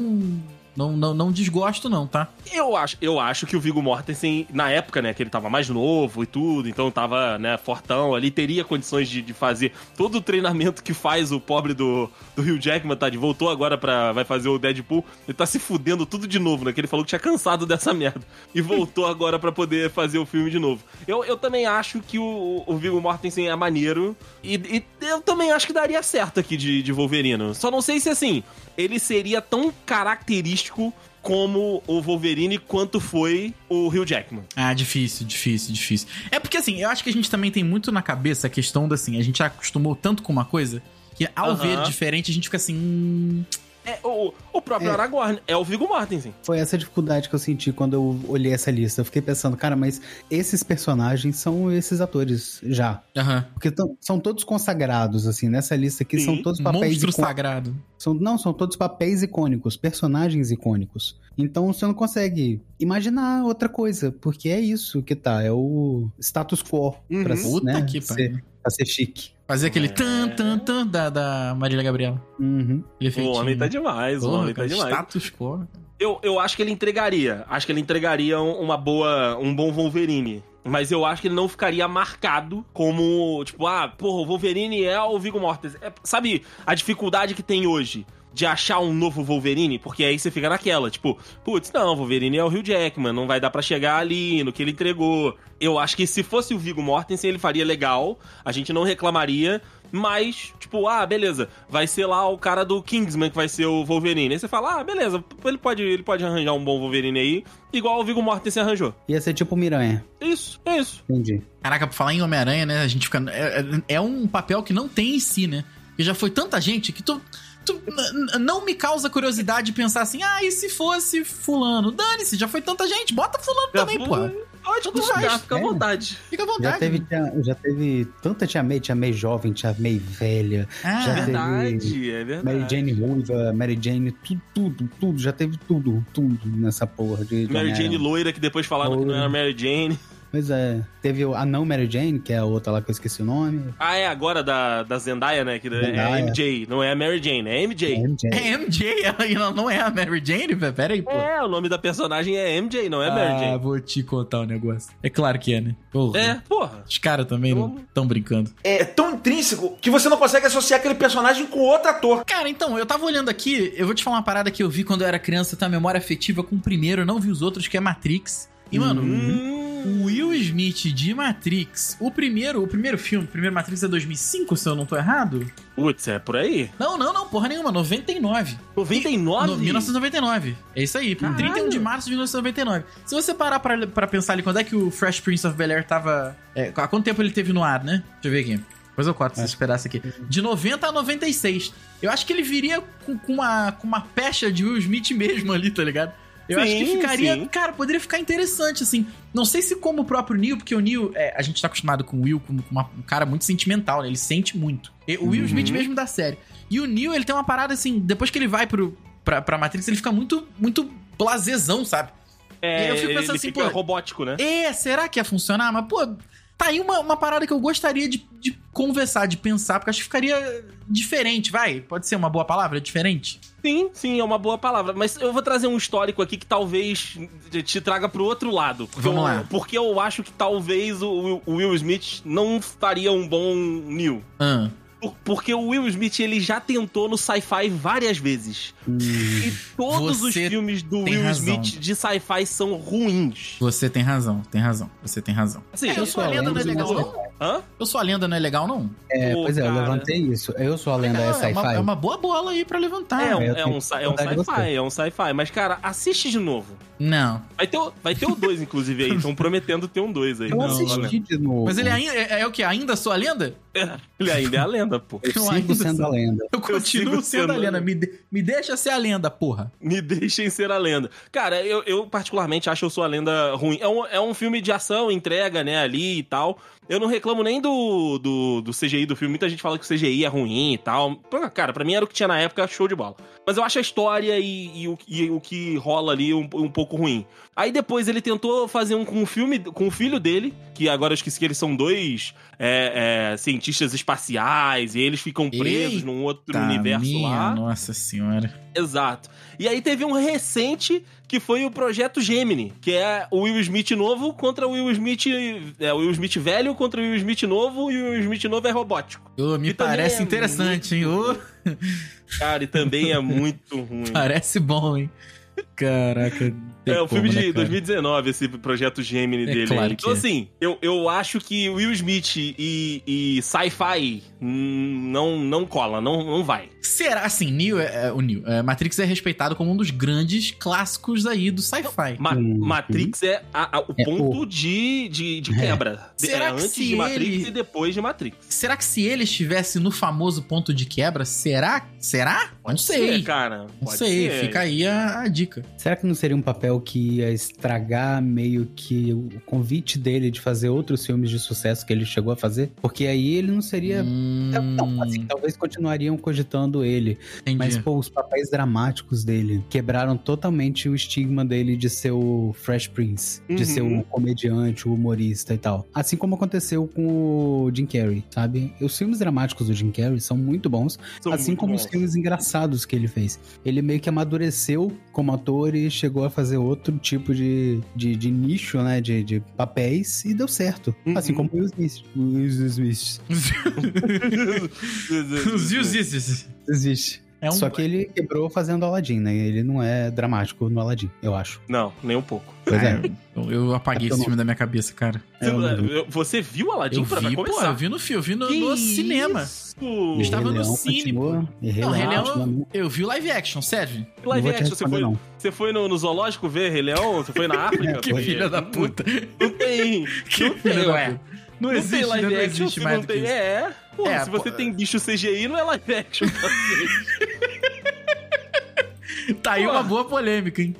Speaker 2: não, não, não desgosto, não, tá?
Speaker 4: Eu acho, eu acho que o Vigo Mortensen, na época, né, que ele tava mais novo e tudo, então tava, né, fortão ali, teria condições de, de fazer todo o treinamento que faz o pobre do, do Hugh Jackman, tá? De voltou agora pra. vai fazer o Deadpool, ele tá se fudendo tudo de novo, né? Que ele falou que tinha cansado dessa merda. E voltou agora pra poder fazer o filme de novo. Eu, eu também acho que o, o Vigo Mortensen é maneiro, e, e eu também acho que daria certo aqui de, de Wolverine. Só não sei se assim, ele seria tão característico como o Wolverine quanto foi o Hugh Jackman.
Speaker 2: Ah, difícil, difícil, difícil. É porque assim, eu acho que a gente também tem muito na cabeça a questão da assim, a gente acostumou tanto com uma coisa que ao
Speaker 4: Aham.
Speaker 2: ver diferente a gente fica assim. hum,
Speaker 4: É, o, o próprio
Speaker 3: É.
Speaker 4: Aragorn é o Viggo Mortensen.
Speaker 3: Foi essa dificuldade que eu senti quando eu olhei essa lista. Eu fiquei pensando, cara, mas esses personagens são esses atores já.
Speaker 2: Aham.
Speaker 3: Porque tão- são todos consagrados, assim, nessa lista aqui.
Speaker 4: Sim.
Speaker 3: São todos papéis
Speaker 2: um Monstro
Speaker 3: icônicos.
Speaker 2: sagrado.
Speaker 3: São, não, são todos papéis icônicos, personagens icônicos. Então você não consegue imaginar outra coisa, porque é isso que tá, é o status quo.
Speaker 4: Uhum.
Speaker 3: Pra,
Speaker 2: Puta
Speaker 3: né,
Speaker 2: que
Speaker 3: ser,
Speaker 2: pariu.
Speaker 3: pra ser chique.
Speaker 2: Fazer aquele
Speaker 4: É.
Speaker 2: tan, tan, tan da, da Marília Gabriela.
Speaker 3: Uhum.
Speaker 2: Ele é
Speaker 4: O homem tá demais, o homem tá demais.
Speaker 2: Status quo.
Speaker 4: Eu, eu acho que ele entregaria. Acho que ele entregaria um- uma boa, um bom Wolverine. Mas eu acho que ele não ficaria marcado como, tipo, ah, porra, o Wolverine é o Viggo Mortensen. É, sabe a dificuldade que tem hoje de achar um novo Wolverine? Porque aí você fica naquela, tipo, putz, não, o Wolverine é o Hugh Jackman, não vai dar pra chegar ali no que ele entregou. Eu acho que se fosse o Viggo Mortensen, ele faria legal, a gente não reclamaria, mas, tipo, ah, beleza, vai ser lá o cara do Kingsman que vai ser o Wolverine. Aí você fala, ah, beleza, ele pode, ele pode arranjar um bom Wolverine aí, igual o Viggo Mortensen arranjou.
Speaker 3: Ia ser tipo o Miranha,
Speaker 4: É Isso, é isso.
Speaker 3: entendi.
Speaker 2: Caraca, pra falar em Homem-Aranha, né? A gente fica. É, é- é um papel que não tem em si, né? Porque já foi tanta gente que tu. tu- n- n- não me causa curiosidade pensar assim, ah, e se fosse fulano? Dane-se, já foi tanta gente, bota fulano
Speaker 4: Já
Speaker 2: também,
Speaker 4: foi-
Speaker 2: pô.
Speaker 4: Ótimo,
Speaker 2: Tanto faz.
Speaker 4: já, fica à
Speaker 3: É.
Speaker 4: vontade.
Speaker 2: Fica à
Speaker 3: Já
Speaker 2: vontade.
Speaker 3: teve, tia- já teve tanta Tia May, Tia May jovem, Tia May velha,
Speaker 2: Ah,
Speaker 3: já
Speaker 4: É
Speaker 3: teve-
Speaker 4: verdade, é verdade.
Speaker 3: Mary Jane ruiva, Mary Jane, tudo, tudo, tudo, já teve tudo, tudo nessa porra de... de
Speaker 4: Mary Jane
Speaker 3: Homem-Aranha.
Speaker 4: loira, que depois falaram que não era Mary Jane.
Speaker 3: Pois é, teve a não Mary Jane, que é a outra lá que eu esqueci o nome.
Speaker 4: Ah, é agora da, da Zendaya, né? Que é
Speaker 3: Zendaya.
Speaker 4: MJ, não é a Mary Jane, é MJ.
Speaker 3: MJ.
Speaker 2: É MJ, ela, ela não é a Mary Jane, velho. Pera aí, pô.
Speaker 4: É, o nome da personagem é MJ, não é Mary
Speaker 2: Ah,
Speaker 4: Jane.
Speaker 2: vou te contar um negócio. É claro que é, né? Porra.
Speaker 4: É, porra.
Speaker 2: Os caras também não
Speaker 4: Eu-
Speaker 2: estão brincando.
Speaker 5: É tão intrínseco que você não consegue associar aquele personagem com outro ator.
Speaker 2: Cara, então, eu tava olhando aqui, eu vou te falar uma parada que eu vi quando eu era criança, tá? Memória afetiva com o primeiro, eu não vi os outros, que é Matrix. E, mano,
Speaker 4: Hum,
Speaker 2: o Will Smith de Matrix, o primeiro, o primeiro filme, o primeiro Matrix é 2005, se eu não tô errado?
Speaker 4: Putz, é por aí.
Speaker 2: Não, não, não, porra nenhuma, 99. No-
Speaker 4: 99?
Speaker 2: 1999. É isso aí,
Speaker 4: Caralho.
Speaker 2: 31 de março de 1999. Se você parar pra, pra pensar ali quando é que o Fresh Prince of Bel-Air tava... é, há quanto tempo ele teve no ar, né? Deixa eu ver aqui. Depois eu
Speaker 4: É.
Speaker 2: corto esse pedaço aqui. De 90 a 96. Eu acho que ele viria com, com uma, com uma pecha de Will Smith mesmo ali, tá ligado? Eu acho que
Speaker 4: Sim,
Speaker 2: ficaria...
Speaker 4: sim.
Speaker 2: Cara, poderia ficar interessante, assim. Não sei se como o próprio Neil, porque o Neil... é, a gente tá acostumado com o Will como com uma- um cara muito sentimental, né? Ele sente muito. E- o Will
Speaker 4: Uhum.
Speaker 2: Smith mesmo da série. E o Neil, ele tem uma parada, assim... Depois que ele vai pro, pra, pra Matrix, ele fica muito, muito blasezão, sabe?
Speaker 4: É,
Speaker 2: Eu fico pensando
Speaker 4: ele
Speaker 2: assim,
Speaker 4: fica
Speaker 2: pô,
Speaker 4: robótico, né?
Speaker 2: É, será que ia funcionar? Mas, pô, tá aí uma, uma parada que eu gostaria de, de conversar, de pensar, porque acho que ficaria diferente, vai? Pode ser uma boa palavra? Diferente?
Speaker 4: Sim, sim, é uma boa palavra. Mas eu vou trazer um histórico aqui que talvez te traga pro outro lado. Porque
Speaker 2: Vamos
Speaker 4: eu,
Speaker 2: lá.
Speaker 4: Porque eu acho que talvez o Will- o Will Smith não faria um bom Neil.
Speaker 2: Ah,
Speaker 4: Por- Porque o Will Smith ele já tentou no sci-fi várias vezes.
Speaker 3: Hum.
Speaker 4: E todos os
Speaker 2: Você
Speaker 4: filmes do
Speaker 2: tem
Speaker 4: Will
Speaker 2: razão.
Speaker 4: Smith de sci-fi são ruins.
Speaker 2: você tem razão, tem razão, você tem razão.
Speaker 4: Assim,
Speaker 2: É, eu sou a lenda, não é legal, não?
Speaker 4: Hã?
Speaker 2: Eu sou a lenda, não é legal, não?
Speaker 3: É,
Speaker 4: Pô,
Speaker 3: pois é,
Speaker 4: cara.
Speaker 3: eu levantei isso. Eu sou a lenda
Speaker 2: Legal,
Speaker 3: é
Speaker 2: é, uma,
Speaker 3: sci-fi.
Speaker 2: é uma boa bola aí pra levantar.
Speaker 4: É um,
Speaker 3: eu
Speaker 4: é
Speaker 3: tenho
Speaker 4: um, sci- é um
Speaker 3: vontade de
Speaker 4: sci-fi, é um sci-fi. Mas, cara, assiste de novo.
Speaker 2: Não,
Speaker 4: Vai ter, o- vai ter o 2, inclusive, aí. Estão prometendo ter um 2 aí.
Speaker 3: Eu
Speaker 2: Não,
Speaker 3: assisti de novo.
Speaker 2: Mas ele ainda é, é o que? Ainda sou a lenda?
Speaker 4: Ele ainda é a lenda, pô.
Speaker 3: Eu
Speaker 2: Eu ainda
Speaker 3: sigo sendo a
Speaker 2: sou.
Speaker 3: lenda.
Speaker 2: Eu continuo sendo
Speaker 4: sigo
Speaker 2: a
Speaker 4: sendo a
Speaker 2: lenda.
Speaker 4: lenda.
Speaker 2: Me, de- me deixa ser a lenda, porra.
Speaker 4: Me deixem ser a lenda. Cara, eu, eu particularmente acho Eu Sou a Lenda ruim. É um, é um filme de ação, entrega, né, ali e tal. Eu não reclamo nem do, do, do CGI do filme. Muita gente fala que o CGI é ruim e tal. Pô, Cara, pra mim era o que tinha na época, show de bola. Mas eu acho a história e, e o, e o que rola ali um, um pouco ruim. Aí depois ele tentou fazer um com o filme com o filho dele, que agora eu esqueci que eles são dois é, é, cientistas espaciais e eles ficam presos
Speaker 2: Eita,
Speaker 4: num outro universo
Speaker 2: Tá minha
Speaker 4: lá.
Speaker 2: Nossa senhora.
Speaker 4: Exato. E aí teve um recente que foi o Projeto Gemini, que é o Will Smith novo contra o Will Smith. É, o Will Smith velho contra o Will Smith novo, e o Will Smith novo é robótico.
Speaker 2: Ô, me
Speaker 4: E também
Speaker 2: parece
Speaker 4: é
Speaker 2: interessante, hein? Ô,
Speaker 4: Cara, e também é muito ruim.
Speaker 2: parece bom, hein? Caraca. tem
Speaker 4: É o
Speaker 2: como,
Speaker 4: filme
Speaker 2: né,
Speaker 4: de
Speaker 2: cara?
Speaker 4: 2019, esse projeto Gemini
Speaker 2: É
Speaker 4: dele.
Speaker 2: claro que
Speaker 4: então,
Speaker 2: é.
Speaker 4: assim, eu, eu acho que Will Smith e, e sci-fi hum, não, não cola, não, não vai.
Speaker 2: Será assim, Neo é, é- o Neo, é, Matrix é respeitado como um dos grandes clássicos aí do sci-fi.
Speaker 4: Ma-
Speaker 3: Uhum.
Speaker 4: Matrix é a- a- o
Speaker 3: É,
Speaker 4: ponto de, de, de quebra.
Speaker 2: É. Será
Speaker 4: é
Speaker 2: que
Speaker 4: antes
Speaker 2: se
Speaker 4: de Matrix
Speaker 2: ele-
Speaker 4: e depois de Matrix.
Speaker 2: Será que se ele estivesse no famoso ponto de quebra, será? Será? não sei.
Speaker 4: Ser, cara.
Speaker 2: não
Speaker 4: Pode
Speaker 2: sei,
Speaker 4: ser.
Speaker 2: fica aí a, a dica.
Speaker 3: Será que não seria um papel que ia estragar meio que o convite dele de fazer outros filmes de sucesso que ele chegou a fazer? Porque aí ele não seria.
Speaker 2: Hum,
Speaker 3: Não, assim, talvez continuariam cogitando ele.
Speaker 2: entendi.
Speaker 3: Mas, pô, os papéis dramáticos dele quebraram totalmente o estigma dele de ser o Fresh Prince,
Speaker 4: Uhum.
Speaker 3: de ser o comediante, o humorista e tal. Assim como aconteceu com o Jim Carrey, sabe? Os filmes dramáticos do Jim Carrey são muito bons,
Speaker 4: São
Speaker 3: assim
Speaker 4: muito
Speaker 3: como
Speaker 4: bons.
Speaker 3: os filmes engraçados que ele fez. Ele meio que amadureceu como ator e chegou a fazer outro tipo de, de, de nicho, né? De, de papéis e deu certo.
Speaker 4: Uhum.
Speaker 3: Assim como o Will Smith. O Will Smith. Existe.
Speaker 2: É um-
Speaker 3: Só que ele quebrou fazendo Aladdin, né? Ele não é dramático no Aladdin, eu acho.
Speaker 4: Não, nem um pouco.
Speaker 3: Pois é.
Speaker 2: Ah, Eu, eu apaguei
Speaker 3: É porque eu
Speaker 2: esse
Speaker 3: não-
Speaker 2: filme da minha cabeça, cara.
Speaker 3: É, eu não vi.
Speaker 4: Você viu Aladdin
Speaker 2: Eu
Speaker 4: É tipo pra pra
Speaker 2: vi, pô, eu
Speaker 4: começar?
Speaker 2: vi no filme, eu vi no, no cinema.
Speaker 4: Isso?
Speaker 3: E
Speaker 2: Estava no
Speaker 3: Rei Leão
Speaker 2: cine,
Speaker 3: continua, e Rei
Speaker 2: Não, Rei
Speaker 3: Leão
Speaker 2: Leão- é
Speaker 3: continua, não-
Speaker 2: Eu vi o live action, serve?
Speaker 3: não
Speaker 4: Live
Speaker 3: vou te
Speaker 4: action, você
Speaker 3: responder,
Speaker 4: foi,
Speaker 3: não.
Speaker 4: você foi no, no zoológico ver Rei Leão? Você foi na África?
Speaker 2: Que
Speaker 4: ver?
Speaker 2: filha da puta.
Speaker 4: Tá Não tem.
Speaker 2: Que
Speaker 4: não tem,
Speaker 2: filha da
Speaker 4: ué.
Speaker 2: puta. Não
Speaker 4: Não
Speaker 2: existe,
Speaker 4: tem
Speaker 2: né?
Speaker 4: live
Speaker 2: não
Speaker 4: action
Speaker 2: existe
Speaker 4: se
Speaker 2: mais
Speaker 4: não
Speaker 2: do que
Speaker 4: tem.
Speaker 2: isso.
Speaker 4: É. Pô,
Speaker 2: É,
Speaker 4: se você
Speaker 2: pô.
Speaker 4: tem bicho CGI, não é live action.
Speaker 2: Tá aí uma boa polêmica, hein?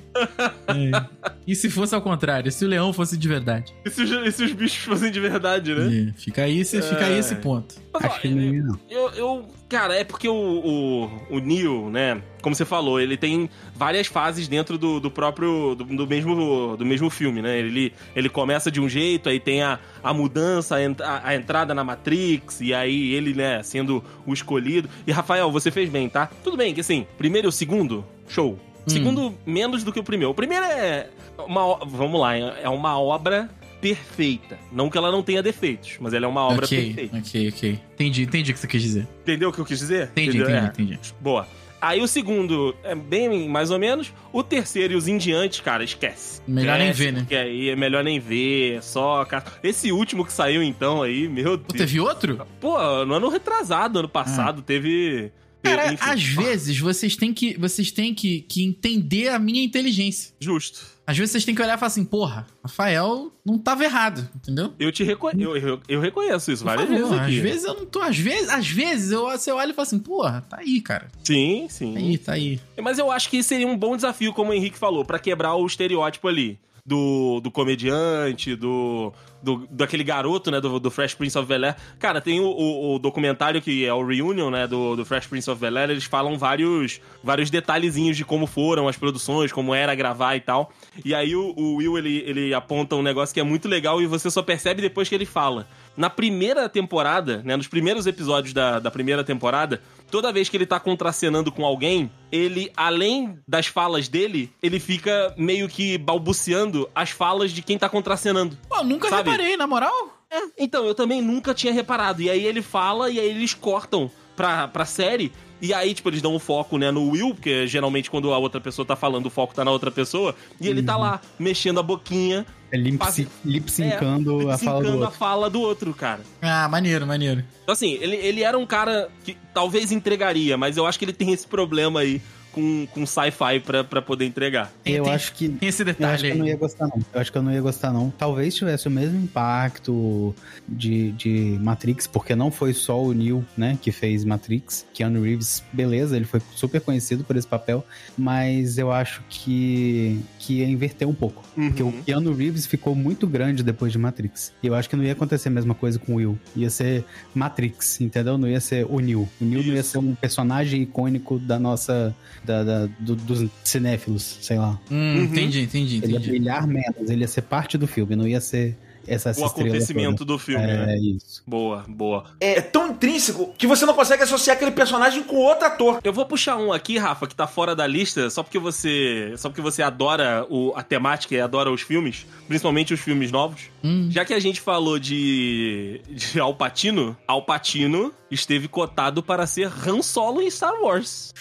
Speaker 2: É. E se fosse ao contrário? Se o leão fosse de verdade?
Speaker 4: E se, os, e se os bichos fossem de verdade, né? É,
Speaker 2: É, fica aí, esse- fica aí esse ponto.
Speaker 4: Mas, ó,
Speaker 3: Acho que não ia, não.
Speaker 4: Eu, eu- cara, é porque o, o, o Neo, né? Como você falou, ele tem várias fases dentro do, do próprio. Do, do mesmo, do mesmo filme, né? Ele, ele começa de um jeito, aí tem a, a mudança, a, ent- a- a entrada na Matrix, e aí ele, né, sendo o escolhido. E Rafael, você fez bem, tá? Tudo bem, que assim, primeiro e o segundo, show. Segundo, menos do que o primeiro. O primeiro é. Uma, o- vamos lá, é uma obra perfeita. Não que ela não tenha defeitos, mas ela é uma obra
Speaker 2: ok,
Speaker 4: perfeita.
Speaker 2: ok, ok. Entendi, entendi o que você quis dizer.
Speaker 4: Entendeu o que eu quis dizer?
Speaker 2: Entendi,
Speaker 4: Entendeu?
Speaker 2: entendi,
Speaker 4: É.
Speaker 2: entendi.
Speaker 4: Boa. Aí o segundo é bem mais ou menos. O terceiro e os em diante, cara, esquece.
Speaker 2: Melhor
Speaker 4: Esquece,
Speaker 2: nem ver, né?
Speaker 4: Porque aí é melhor nem ver, é só... ca- Esse último que saiu então aí, meu
Speaker 2: Pô,
Speaker 4: Deus.
Speaker 2: teve outro?
Speaker 4: Pô, no ano retrasado, ano
Speaker 2: Ah.
Speaker 4: passado, teve...
Speaker 2: Cara,
Speaker 4: teve, enfim.
Speaker 2: às vezes vocês têm que, vocês têm que, que entender a minha inteligência.
Speaker 4: Justo.
Speaker 2: Às vezes vocês têm que olhar e falar assim, porra, Rafael não tava errado, entendeu?
Speaker 4: Eu te reco... eu, eu, eu reconheço isso
Speaker 2: Por
Speaker 4: várias
Speaker 2: favor,
Speaker 4: vezes aqui.
Speaker 2: Às vezes eu não tô. Às vezes, às vezes eu, você olha e fala assim, porra, tá aí, cara.
Speaker 4: Sim, sim.
Speaker 2: Tá aí, tá aí.
Speaker 4: Mas eu acho que seria um bom desafio, como o Henrique falou, pra quebrar o estereótipo ali. Do, do comediante, do, do. daquele garoto, né? Do, do Fresh Prince of Bel Air. Cara, tem o, o- o documentário que é o Reunion, né? Do, do Fresh Prince of Bel Air. Eles falam vários, vários detalhezinhos de como foram as produções, como era gravar e tal. E aí o, o Will, ele, ele aponta um negócio que é muito legal e você só percebe depois que ele fala. Na primeira temporada, né? Nos primeiros episódios da, da primeira temporada, toda vez que ele tá contracenando com alguém, ele, além das falas dele, ele fica meio que balbuciando as falas de quem tá contracenando.
Speaker 2: Pô, eu nunca
Speaker 4: Sabe?
Speaker 2: reparei, na moral.
Speaker 4: É, então, eu também nunca tinha reparado. E aí ele fala e aí eles cortam pra, pra série. E aí, tipo, eles dão um foco, né, no Will, porque geralmente quando a outra pessoa tá falando, o foco tá na outra pessoa. E ele tá lá, mexendo a boquinha,
Speaker 3: É
Speaker 4: Faz-
Speaker 3: lip- lip-syncando a fala do
Speaker 4: sincando a
Speaker 3: outro.
Speaker 4: fala do outro, cara.
Speaker 2: Ah, maneiro, maneiro.
Speaker 4: Então, assim, ele, ele era um cara que talvez entregaria, mas eu acho que ele tem esse problema aí com, com sci-fi pra, pra poder entregar.
Speaker 2: Tem-
Speaker 3: Eu
Speaker 2: tem-
Speaker 3: acho que
Speaker 2: Tem esse
Speaker 3: Eu acho
Speaker 2: detalhe
Speaker 3: que eu não
Speaker 2: aí.
Speaker 3: ia gostar, não. Eu acho que eu não ia gostar, não. Talvez tivesse o mesmo impacto de, de Matrix, porque não foi só o Neil, né, que fez Matrix. Keanu Reeves, beleza, ele foi super conhecido por esse papel, mas eu acho que, que ia inverter um pouco. Porque
Speaker 4: Uhum.
Speaker 3: o Keanu Reeves ficou muito grande depois de Matrix. E eu acho que não ia acontecer a mesma coisa com o Will. Ia ser Matrix, entendeu? Não ia ser o Neil. O Neil não ia
Speaker 4: Isso.
Speaker 3: ser um personagem icônico da nossa. Da, da- do- dos cinéfilos, sei lá.
Speaker 2: Hum,
Speaker 4: Uhum.
Speaker 2: Entendi, entendi,
Speaker 3: Ele é ia
Speaker 2: entendi.
Speaker 3: brilhar menos, ele ia ser parte do filme, não ia ser essa essa
Speaker 4: O
Speaker 3: estrela
Speaker 4: Um
Speaker 3: é
Speaker 4: acontecimento do
Speaker 3: toda.
Speaker 4: filme, né?
Speaker 3: É isso.
Speaker 4: Boa, boa.
Speaker 5: É tão intrínseco que você não consegue associar aquele personagem com outro ator.
Speaker 4: Eu vou puxar um aqui, Rafa, que tá fora da lista, só porque você, só porque você adora o, a temática e adora os filmes, principalmente os filmes novos.
Speaker 2: Hum.
Speaker 4: Já que a gente falou de, de Alpatino, Alpatino esteve cotado para ser Han Solo em Star Wars.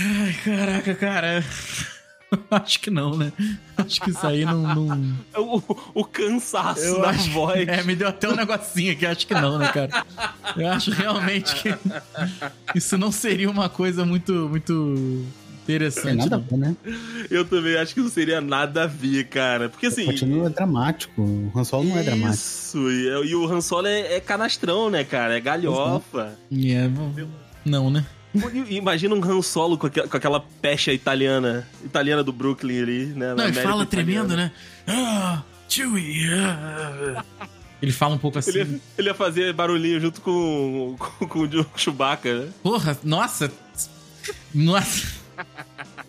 Speaker 2: Ai, caraca, cara. acho que não, né? Acho que isso aí não. não-
Speaker 4: O, o cansaço
Speaker 2: Eu
Speaker 4: da
Speaker 2: acho-
Speaker 4: voz.
Speaker 2: É, me deu até um negocinho aqui, acho que não, né, cara? Eu acho realmente que isso não seria uma coisa muito, muito
Speaker 3: Tem
Speaker 2: interessante.
Speaker 3: nada a
Speaker 2: não.
Speaker 3: ver, né?
Speaker 4: Eu também acho que não seria nada a ver, cara. Porque assim.
Speaker 3: Continua dramático. O Han Solo não é dramático.
Speaker 4: Isso, e, e o Han Solo é, é canastrão, né, cara? É galhofa.
Speaker 2: É, bom, não, né?
Speaker 4: E- e Imagina um Han Solo com aquela, com aquela pecha italiana, italiana do Brooklyn ali, né?
Speaker 2: Não, ele fala tremendo, né? Ah, Chewie. ah. Ele fala um pouco assim.
Speaker 4: Ele, ia- ele ia fazer barulhinho junto com, com, com o Chewbacca, né?
Speaker 2: Porra, nossa. Nossa.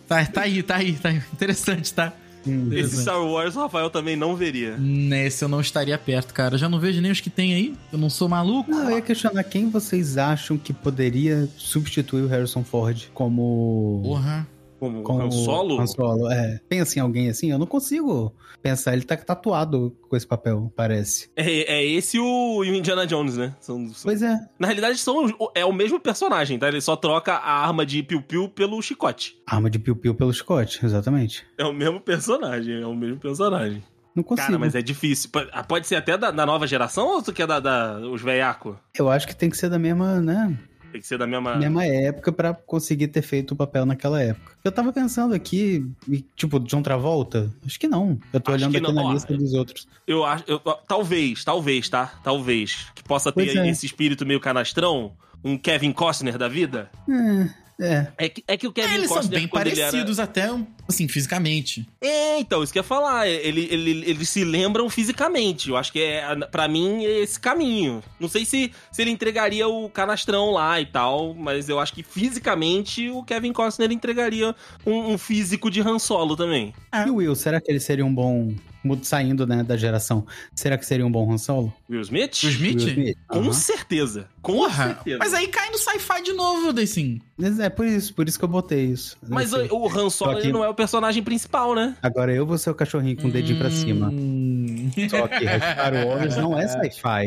Speaker 2: Tá, tá aí, tá aí, tá aí. Interessante, tá?
Speaker 3: Hum.
Speaker 4: Esse
Speaker 2: Interessante.
Speaker 4: Star Wars o Rafael também não veria.
Speaker 2: Nesse eu não estaria perto, cara. Eu já não vejo nem os que tem aí. Eu não sou maluco.
Speaker 3: Não, eu ia questionar quem vocês acham que poderia substituir o Harrison Ford como.
Speaker 2: Porra.
Speaker 4: Como,
Speaker 3: como
Speaker 4: Han Solo?
Speaker 3: Han Solo, é. Pensa em alguém assim, eu não consigo pensar. Ele tá tatuado com esse papel, parece.
Speaker 4: É, é esse e o, e o Indiana Jones, né? São- são-
Speaker 3: Pois é.
Speaker 4: Na realidade, são, os- é o mesmo personagem, tá? Ele só troca a arma de piu-piu pelo chicote.
Speaker 3: Arma de piu-piu pelo Scott, exatamente.
Speaker 4: É o mesmo personagem, é o mesmo personagem.
Speaker 3: Não consigo.
Speaker 4: Cara, mas é difícil. P- ah, Pode ser até da, da nova geração ou tu quer da, da- os veiaco?
Speaker 3: Eu acho que tem que ser da mesma, né?
Speaker 4: Tem que ser da mesma.
Speaker 3: mesma época pra conseguir ter feito o papel naquela época. Eu tava pensando aqui, e, tipo, John Travolta? Acho que não. Eu tô
Speaker 4: Acho
Speaker 3: olhando
Speaker 4: que
Speaker 3: aqui
Speaker 4: não,
Speaker 3: na
Speaker 4: ó. é.
Speaker 3: lista dos outros.
Speaker 4: Eu acho. eu- talvez, talvez, tá? Talvez. Que possa ter
Speaker 3: Pois é.
Speaker 4: esse espírito meio canastrão. Um Kevin Costner da vida?
Speaker 3: É, É.
Speaker 4: É que, é que o Kevin
Speaker 2: Eles são
Speaker 4: Costner,
Speaker 2: bem
Speaker 4: quando ele era-
Speaker 2: parecidos até, um- assim, fisicamente.
Speaker 4: É, então, isso que eu ia falar. Ele, ele- eles se lembram fisicamente. Eu acho que é, pra mim, é esse caminho. Não sei se, se ele entregaria o canastrão lá e tal, mas eu acho que fisicamente o Kevin Costner entregaria um, um físico de Han Solo também.
Speaker 3: E o Will, será que ele seria um bom. mu- Saindo né, da geração, será que seria um bom Han Solo?
Speaker 4: Will Smith?
Speaker 2: O Smith?
Speaker 3: Will Smith?
Speaker 4: Com
Speaker 3: Aham.
Speaker 4: certeza. Com
Speaker 2: Porra!
Speaker 4: certeza.
Speaker 2: Mas é- aí cai no sci-fi de novo, Daysim.
Speaker 3: Mas É por isso, por isso que eu botei isso. Assim.
Speaker 4: Mas
Speaker 3: Esse-
Speaker 4: o, o Han
Speaker 3: Só
Speaker 4: Solo
Speaker 3: que-
Speaker 4: ele não é o personagem principal, né?
Speaker 3: Agora eu vou ser o cachorrinho com o dedinho pra cima.
Speaker 2: Hum.
Speaker 3: Só que Star Wars não é sci-fi.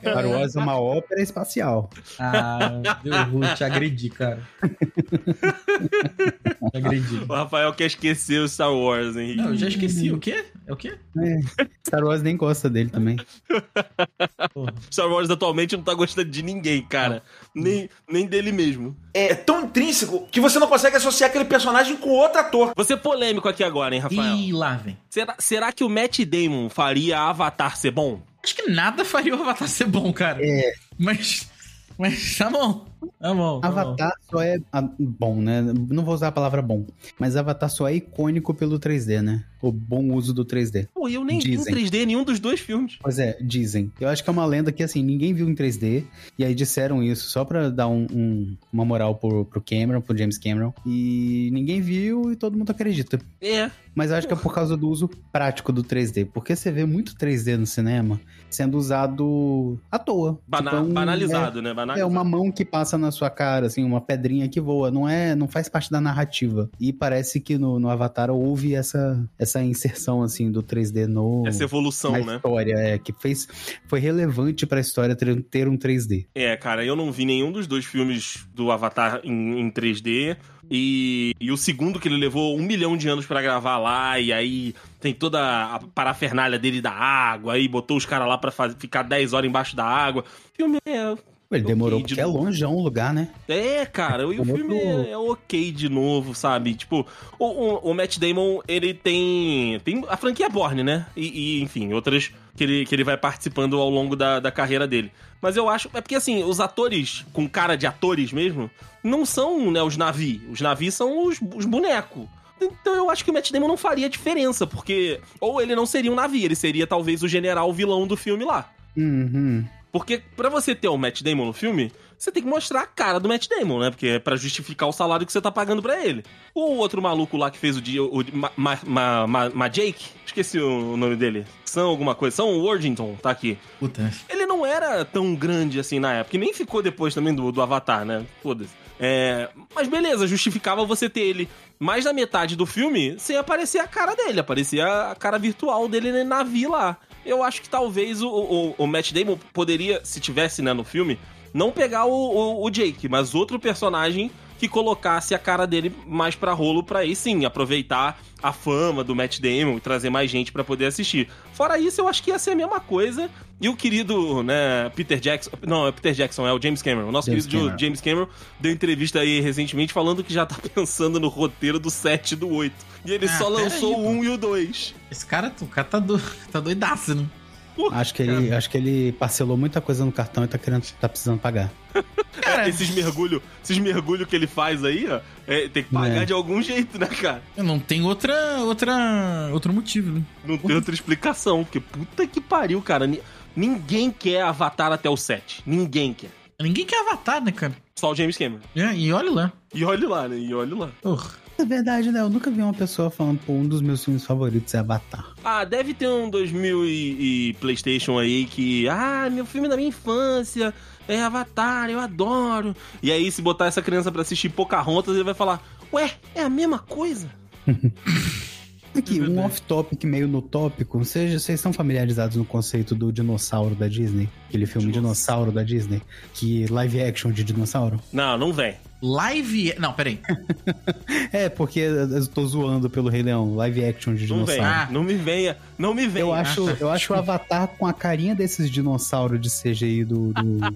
Speaker 3: Star Wars é uma ópera espacial.
Speaker 2: Ah, deu ruim, te agredi, cara. te agredi.
Speaker 4: O Rafael quer esquecer o Star Wars, Henrique.
Speaker 2: Não, eu já esqueci. O quê? É o quê?
Speaker 3: Star Wars nem gosta dele também.
Speaker 4: Star Wars atualmente não tá gostando de ninguém, cara. Nem, nem dele mesmo.
Speaker 5: É tão intrínseco que você não consegue associar aquele personagem com outro ator.
Speaker 4: Você é polêmico aqui agora, hein, Rafael?
Speaker 2: Ih, lá vem.
Speaker 4: Será, será que o Matt Damon faria Avatar ser bom?
Speaker 2: Acho que nada faria o Avatar ser bom, cara.
Speaker 3: É.
Speaker 2: Mas. Mas tá bom. Tá bom. tá
Speaker 3: Avatar só é ah, bom, né? Não vou usar a palavra bom, mas Avatar só é icônico pelo 3D, né? O bom uso do 3D.
Speaker 4: Pô, eu nem
Speaker 3: Dizem.
Speaker 4: vi em 3D nenhum dos dois filmes.
Speaker 3: Pois é, dizem. Eu acho que é uma lenda que, assim, ninguém viu em 3D. E aí disseram isso só pra dar um- um- uma moral pro, pro Cameron, pro James Cameron. E ninguém viu e todo mundo acredita.
Speaker 4: É.
Speaker 3: Mas eu acho que é por causa do uso prático do 3D. Porque você vê muito 3D no cinema sendo usado à toa.
Speaker 4: bana-
Speaker 3: Tipo, é um-
Speaker 4: banalizado, né?
Speaker 3: é-
Speaker 4: Banalizado.
Speaker 3: É uma mão que passa na sua cara, assim, uma pedrinha que voa. Não é, não faz parte da narrativa. E parece que no, no Avatar houve essa, essa inserção, assim, do 3D no
Speaker 4: Essa evolução,
Speaker 3: na
Speaker 4: né?
Speaker 3: história, é, que fez foi relevante pra história ter, ter um 3D.
Speaker 4: É, cara, eu não vi nenhum dos dois filmes do Avatar em, em 3D. E, e o segundo que ele levou um milhão de anos pra gravar lá, e aí tem toda a parafernália dele da água, aí botou os caras lá pra faz- ficar 10 horas embaixo da água. O filme é
Speaker 3: Ele
Speaker 4: Eu
Speaker 3: demorou
Speaker 4: vi de
Speaker 3: porque é
Speaker 4: novo.
Speaker 3: longe, é um lugar, né?
Speaker 4: É, cara, e o
Speaker 3: Como
Speaker 4: filme
Speaker 3: outro-
Speaker 4: é, é ok de novo, sabe? Tipo, o, o- o Matt Damon, ele tem. Tem a franquia Borne, né? E, e, enfim, outras que ele, que ele vai participando ao longo da, da carreira dele. Mas eu acho. É porque, assim, os atores com cara de atores mesmo não são né, os navios. Os navios são os, os bonecos. Então eu acho que o Matt Damon não faria diferença, porque. Ou ele não seria um navio, ele seria talvez o general vilão do filme lá.
Speaker 3: Uhum.
Speaker 4: Porque pra você ter o Matt Damon no filme, você tem que mostrar a cara do Matt Damon, né? Porque é pra justificar o salário que você tá pagando pra ele. O outro maluco lá que fez o dia. O, ma, ma, ma, ma- ma- Jake? Esqueci o nome dele. São alguma coisa. São Worthington, tá aqui.
Speaker 2: bom. Puta.
Speaker 4: Ele não era tão grande assim na época. E nem ficou depois também do, do Avatar, né? Foda-se. É, mas beleza, justificava você ter ele mais da metade do filme sem aparecer a cara dele. Aparecia a cara virtual dele na vila lá. Eu acho que talvez o, o, o Matt Damon poderia, se tivesse né, no filme, não pegar o, o, o Jake, mas outro personagem que colocasse a cara dele mais pra rolo pra aí sim aproveitar a fama do Matt Damon e trazer mais gente pra poder assistir. Fora isso, eu acho que ia ser a mesma coisa. E o querido, né, Peter Jackson, não, é Peter Jackson, é o James Cameron. O nosso
Speaker 3: James
Speaker 4: querido
Speaker 3: Cameron.
Speaker 4: James Cameron deu entrevista aí recentemente falando que já tá pensando no roteiro do 7 e do 8. E ele
Speaker 2: Ah,
Speaker 4: só
Speaker 2: peraí,
Speaker 4: lançou
Speaker 2: pô.
Speaker 4: o 1 e o 2.
Speaker 2: Esse cara, o cara tá, do, tá doidaço, né?
Speaker 3: Acho que ele, acho que ele parcelou muita coisa no cartão e tá querendo, tá precisando pagar.
Speaker 2: Cara,
Speaker 4: Esses mergulhos esses mergulho que ele faz aí, ó, é, tem que pagar
Speaker 3: É.
Speaker 4: de algum jeito, né, cara?
Speaker 2: não tem outra, outra, outro motivo, né?
Speaker 4: Não tem outra explicação, porque puta que pariu, cara. Ni- Ninguém quer Avatar até o 7. Ninguém quer.
Speaker 2: Ninguém quer Avatar, né, cara?
Speaker 4: Só o James Cameron.
Speaker 2: É, e olha lá.
Speaker 4: E olha lá, né? E olha lá.
Speaker 2: Porra.
Speaker 3: É verdade, né? Eu nunca vi uma pessoa falando, pô, um dos meus filmes favoritos é Avatar.
Speaker 4: Ah, deve ter um 2000 e, e PlayStation aí que. Ah, meu filme da minha infância. É Avatar, eu adoro. E aí, se botar essa criança pra assistir Pocahontas, ele vai falar: Ué, é a mesma coisa?
Speaker 3: Aqui,
Speaker 4: É
Speaker 3: um off-topic meio no tópico. Seja, vocês estão familiarizados no conceito do dinossauro da Disney? Aquele filme dinossauro da Disney? Que live action de dinossauro?
Speaker 4: Não, não vem.
Speaker 2: Live. Não, peraí.
Speaker 3: É, porque eu tô zoando pelo Rei Leão, live action de
Speaker 4: Não vem.
Speaker 3: dinossauro.
Speaker 2: Ah.
Speaker 4: Não me venha. Não me venha.
Speaker 3: Eu acho, eu acho o Avatar com a carinha desses dinossauros de CGI do, do,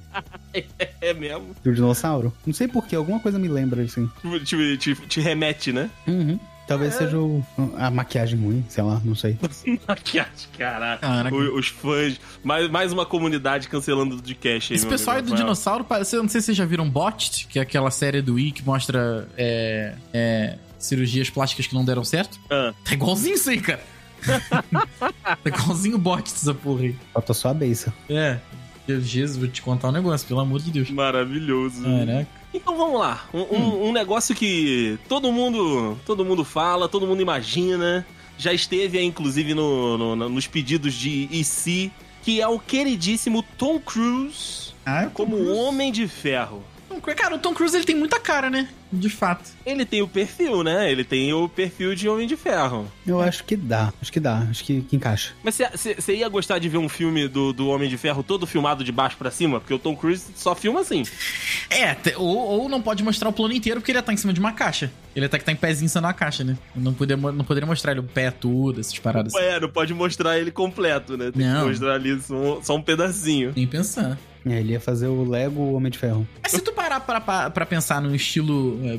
Speaker 4: É mesmo. Tipo,
Speaker 3: do dinossauro. Não sei porquê, alguma coisa me lembra assim.
Speaker 4: Te, te- te remete, né?
Speaker 3: Uhum. Talvez seja o- a maquiagem ruim, sei lá, não sei.
Speaker 4: Maquiagem, caraca.
Speaker 2: Caraca.
Speaker 4: O- Os fãs. Mais, mais uma comunidade cancelando o podcast aí,
Speaker 2: Esse
Speaker 4: meu
Speaker 2: pessoal aí
Speaker 4: amigo
Speaker 2: do
Speaker 4: Rafael.
Speaker 2: dinossauro parece. Eu não sei se vocês já viram Bot, que é aquela série do Wii que mostra é, é, cirurgias plásticas que não deram certo.
Speaker 4: Ah.
Speaker 2: Tá igualzinho isso aí, cara. tá igualzinho o Bot essa porra aí.
Speaker 3: Falta só a beça.
Speaker 2: É. Meu Jesus, vou te contar um negócio, pelo amor de Deus.
Speaker 4: Maravilhoso.
Speaker 2: Caraca. Hum.
Speaker 4: Então vamos lá. Um, um- um negócio que todo mundo, todo mundo fala, todo mundo imagina. Já esteve aí, inclusive, no, no- no- nos pedidos de EC, que é o queridíssimo Tom Cruise
Speaker 2: Ah,
Speaker 4: como
Speaker 2: Tom Cruise.
Speaker 4: Homem de Ferro.
Speaker 2: Tom Cruise- Cara, o Tom Cruise ele tem muita cara, né? De fato.
Speaker 4: Ele tem o perfil, né? Ele tem o perfil de Homem de Ferro.
Speaker 3: Eu acho que dá, acho que dá, acho que, que encaixa.
Speaker 4: Mas você ia gostar de ver um filme do, do Homem de Ferro todo filmado de baixo pra cima? Porque o Tom Cruise só filma assim.
Speaker 2: É, te- ou, ou não pode mostrar o plano inteiro porque ele ia estar em cima de uma caixa. Ele até que tá em pezinho só na caixa, né? Não poderia, mo- não poderia mostrar ele o pé tudo, essas paradas. assim.
Speaker 4: É, não pode mostrar ele completo, né? Tem
Speaker 2: Não.
Speaker 4: que mostrar ali só, só um pedacinho.
Speaker 2: Nem pensar.
Speaker 3: É, ele ia fazer o Lego Homem de Ferro.
Speaker 2: Mas se tu parar pra, pra, pra pensar num estilo é,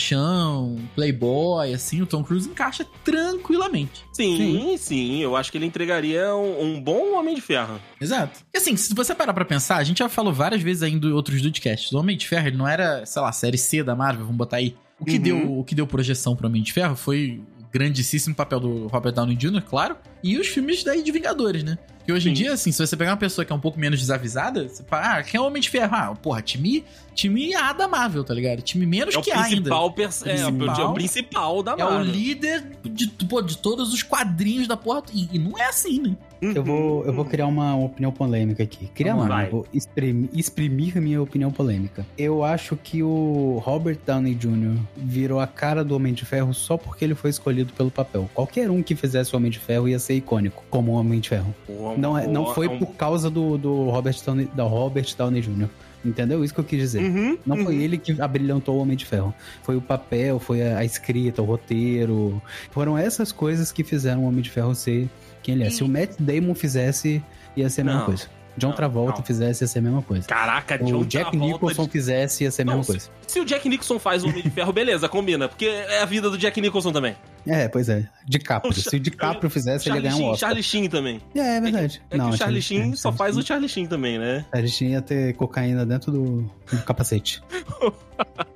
Speaker 2: bonachão, playboy, assim, o Tom Cruise encaixa tranquilamente.
Speaker 4: Sim, sim, eu acho que ele entregaria um, um bom Homem de Ferro.
Speaker 2: Exato. E assim, se você parar pra pensar, a gente já falou várias vezes aí em do- outros Dudcasts. O Homem de Ferro, ele não era, sei lá, série C da Marvel, vamos botar aí. O que,
Speaker 4: Uhum.
Speaker 2: deu, o que deu projeção pro Homem de Ferro foi o grandíssimo papel do Robert Downey Jr., claro, e os filmes daí de Vingadores, né? Que hoje em
Speaker 4: Sim.
Speaker 2: dia, assim, se você pegar uma pessoa que é um pouco menos desavisada, você fala, ah, quem é o Homem de Ferro? Ah, porra, time, time A da Marvel, tá ligado? Time menos
Speaker 4: É o
Speaker 2: que A ainda.
Speaker 4: principal, pers- é, é o-
Speaker 2: Principal.
Speaker 4: é o principal da
Speaker 2: É o
Speaker 4: Marvel.
Speaker 2: líder de, pô, de todos os quadrinhos da porra. E, e não é assim, né?
Speaker 4: Uhum.
Speaker 3: Eu vou, eu vou criar uma opinião polêmica aqui. Criar,
Speaker 2: Vamos
Speaker 3: não,
Speaker 4: lá.
Speaker 3: eu vou exprimir, exprimir minha opinião polêmica. Eu acho que o Robert Downey Jr. virou a cara do Homem de Ferro só porque ele foi escolhido pelo papel. Qualquer um que fizesse o Homem de Ferro ia ser icônico, como o Homem de Ferro.
Speaker 4: Pô,
Speaker 3: Não, é- não
Speaker 4: pô,
Speaker 3: foi
Speaker 4: é um-
Speaker 3: por causa do, do, Robert Downey, da Robert Downey Jr. Entendeu? Isso que eu quis dizer.
Speaker 4: Uhum,
Speaker 3: Não
Speaker 4: uhum.
Speaker 3: foi ele que abrilhantou o Homem de Ferro. Foi o papel, foi a, a escrita, o roteiro. Foram essas coisas que fizeram o Homem de Ferro ser quem ele é. Se o Matt Damon fizesse, ia ser a mesma
Speaker 4: Não.
Speaker 3: coisa. John
Speaker 4: Não,
Speaker 3: Travolta
Speaker 4: não.
Speaker 3: fizesse, ia ser a mesma coisa.
Speaker 4: Caraca,
Speaker 3: o
Speaker 4: John
Speaker 3: Jack
Speaker 4: Travolta
Speaker 3: Nicholson fizesse, ia ser a
Speaker 4: Não,
Speaker 3: mesma
Speaker 4: se-
Speaker 3: coisa.
Speaker 4: Se o Jack Nicholson faz o Homem de Ferro, beleza, combina. Porque é a vida do Jack Nicholson também.
Speaker 3: É, pois é. DiCaprio. Se o DiCaprio fizesse, ele ia
Speaker 4: Charlie
Speaker 3: ganhar um
Speaker 4: Sheen,
Speaker 3: Oscar.
Speaker 4: Charlie Sheen também.
Speaker 3: É, é verdade.
Speaker 4: É que o Charlie Sheen só faz o
Speaker 3: Charlie
Speaker 4: Charlie Sheen também, né?
Speaker 3: Charlie Sheen ia ter cocaína dentro do, do capacete.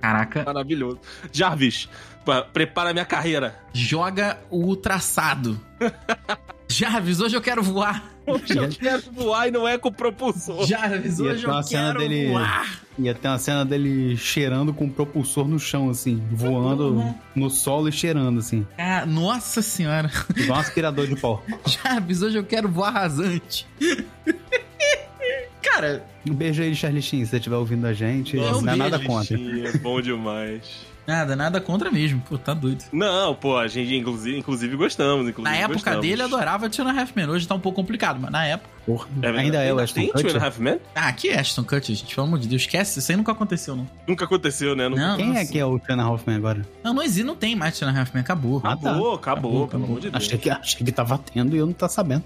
Speaker 2: Caraca,
Speaker 4: Maravilhoso. Jarvis, pa- prepara minha carreira.
Speaker 2: joga o traçado. Jarvis, hoje eu quero voar.
Speaker 4: Hoje eu quero voar e não é com propulsor.
Speaker 2: Jarvis,
Speaker 3: Ia
Speaker 2: hoje
Speaker 3: ter uma
Speaker 2: eu
Speaker 3: cena
Speaker 2: quero
Speaker 3: dele
Speaker 2: voar.
Speaker 3: Ia ter uma cena dele cheirando com o propulsor no chão, assim, voando no solo e cheirando, assim.
Speaker 2: Ah, nossa senhora.
Speaker 3: Igual um aspirador de pó.
Speaker 2: Jarvis, hoje eu quero voar rasante. Cara,
Speaker 3: Um beijo aí, Charlie Sheen, se você estiver ouvindo a gente.
Speaker 4: Nossa,
Speaker 3: não é nada
Speaker 4: Charlie
Speaker 3: contra.
Speaker 4: Sheen É bom demais.
Speaker 2: nada, nada contra mesmo. Pô, tá doido.
Speaker 4: Não, pô, a gente inclusive, inclusive gostamos. Inclusive,
Speaker 2: Na época
Speaker 4: gostamos.
Speaker 2: dele, eu adorava Two and a Half Men. Hoje tá um pouco complicado, mas na época...
Speaker 3: Porra,
Speaker 4: verdade.
Speaker 3: ainda é o Ashton
Speaker 4: Tem Two and a
Speaker 3: Kutcher?
Speaker 4: Half Men?
Speaker 2: Ah, que Ashton Kutcher, gente. Pelo amor de Deus, esquece. Isso aí nunca aconteceu, não.
Speaker 4: Nunca aconteceu, né? Nunca-
Speaker 2: Não,
Speaker 3: Quem
Speaker 2: não,
Speaker 3: é que é o Tiana Hoffman agora?
Speaker 2: Não, não existe. Não tem mais Two and a Half Men. Acabou.
Speaker 3: Ah, tá.
Speaker 4: Acabou, acabou,
Speaker 2: Acabou,
Speaker 4: pelo
Speaker 2: acabou.
Speaker 4: amor de Deus.
Speaker 3: Achei que, achei que tava tendo e eu não tá sabendo.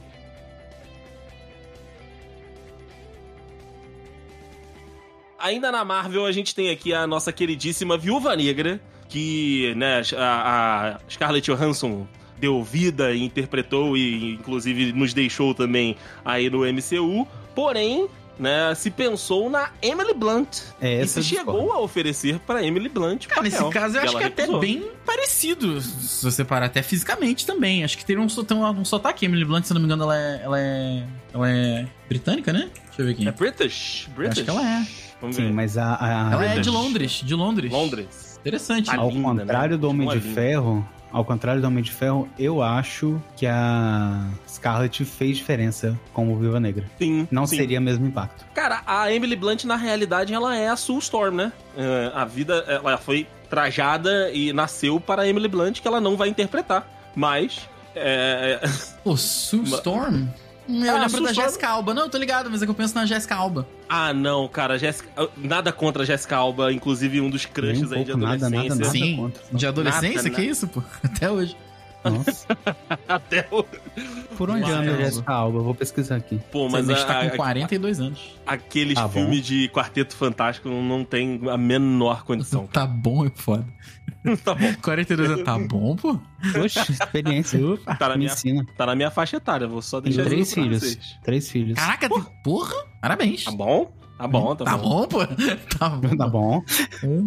Speaker 4: Ainda na Marvel, a gente tem aqui a nossa queridíssima Viúva Negra, que, né, a, a Scarlett Johansson deu vida e interpretou e, inclusive, nos deixou também aí no MCU. Porém, né, se pensou na Emily Blunt.
Speaker 3: É essa
Speaker 4: e se chegou a oferecer pra Emily Blunt o
Speaker 2: Cara,
Speaker 4: papel,
Speaker 2: nesse caso eu
Speaker 4: e
Speaker 2: acho
Speaker 4: ela
Speaker 2: que é até
Speaker 4: recusou.
Speaker 2: bem parecido, se você parar até fisicamente também. Acho que teve um, sot- um sotaque. Emily Blunt, se eu não me engano, ela é, ela é, ela é britânica, né? Deixa eu ver aqui.
Speaker 4: É British? British?
Speaker 2: que ela é.
Speaker 4: Vamos
Speaker 3: Sim,
Speaker 4: ver.
Speaker 3: mas a. a-
Speaker 2: ela é
Speaker 4: Londres.
Speaker 2: de Londres, de Londres.
Speaker 4: Londres.
Speaker 2: Interessante.
Speaker 4: Ah,
Speaker 3: Ao
Speaker 4: linda,
Speaker 3: contrário
Speaker 4: né?
Speaker 3: do Homem
Speaker 4: Continua
Speaker 3: de
Speaker 4: linda.
Speaker 3: Ferro. Ao contrário do Homem de Ferro, eu acho que a Scarlett fez diferença como Viva Negra.
Speaker 4: Sim,
Speaker 3: Não
Speaker 4: sim.
Speaker 3: seria o mesmo impacto.
Speaker 4: Cara, a Emily Blunt, na realidade, ela é a Sue Storm, né? É, a vida, ela foi trajada e nasceu para a Emily Blunt, que ela não vai interpretar. Mas, é, é,
Speaker 2: Pô, Sue
Speaker 4: Ma-
Speaker 2: Storm? Hum, Eu
Speaker 4: Ah,
Speaker 2: lembro
Speaker 4: Sue
Speaker 2: da
Speaker 4: Storm-
Speaker 2: Jessica Alba. Não, eu tô ligado, mas é que eu penso na Jessica Alba.
Speaker 4: Ah, não, cara, Jessica... nada contra a Jessica Alba, inclusive um dos
Speaker 3: Nem
Speaker 4: crushes
Speaker 3: um
Speaker 4: aí de
Speaker 3: pouco, nada,
Speaker 4: adolescência.
Speaker 3: nada, nada
Speaker 2: Sim.
Speaker 3: contra.
Speaker 2: De adolescência?
Speaker 4: Nada, né?
Speaker 2: que
Speaker 4: nada.
Speaker 2: isso, pô? Até hoje.
Speaker 3: Nossa.
Speaker 4: Até o...
Speaker 3: Por onde
Speaker 2: Nossa,
Speaker 3: anda a
Speaker 2: Alba.
Speaker 3: Jessica Alba? Eu Vou pesquisar aqui.
Speaker 4: Pô,
Speaker 2: Mas
Speaker 4: mas
Speaker 2: a gente tá
Speaker 4: a-
Speaker 2: com
Speaker 4: a-
Speaker 2: 42 anos.
Speaker 4: aqueles
Speaker 3: Tá bom.
Speaker 4: filmes de Quarteto Fantástico não- não tem a menor condição.
Speaker 2: Tá bom, é foda.
Speaker 4: Então, tá bom.
Speaker 2: 42 anos. Tá bom, pô.
Speaker 3: Poxa, experiência.
Speaker 2: Ufa.
Speaker 4: Tá na
Speaker 3: Me
Speaker 4: minha,
Speaker 3: ensina.
Speaker 4: tá na minha faixa etária, vou só
Speaker 3: Tenho
Speaker 4: deixar
Speaker 3: três
Speaker 4: isso pra
Speaker 3: filhos.
Speaker 4: vocês.
Speaker 3: Três filhos.
Speaker 2: Caraca, tem- porra. Parabéns.
Speaker 4: Tá bom? Tá
Speaker 3: Hum,
Speaker 4: bom, tá,
Speaker 2: Tá
Speaker 4: bom.
Speaker 2: bom, Hum? pô. Tá bom.
Speaker 3: Tá bom.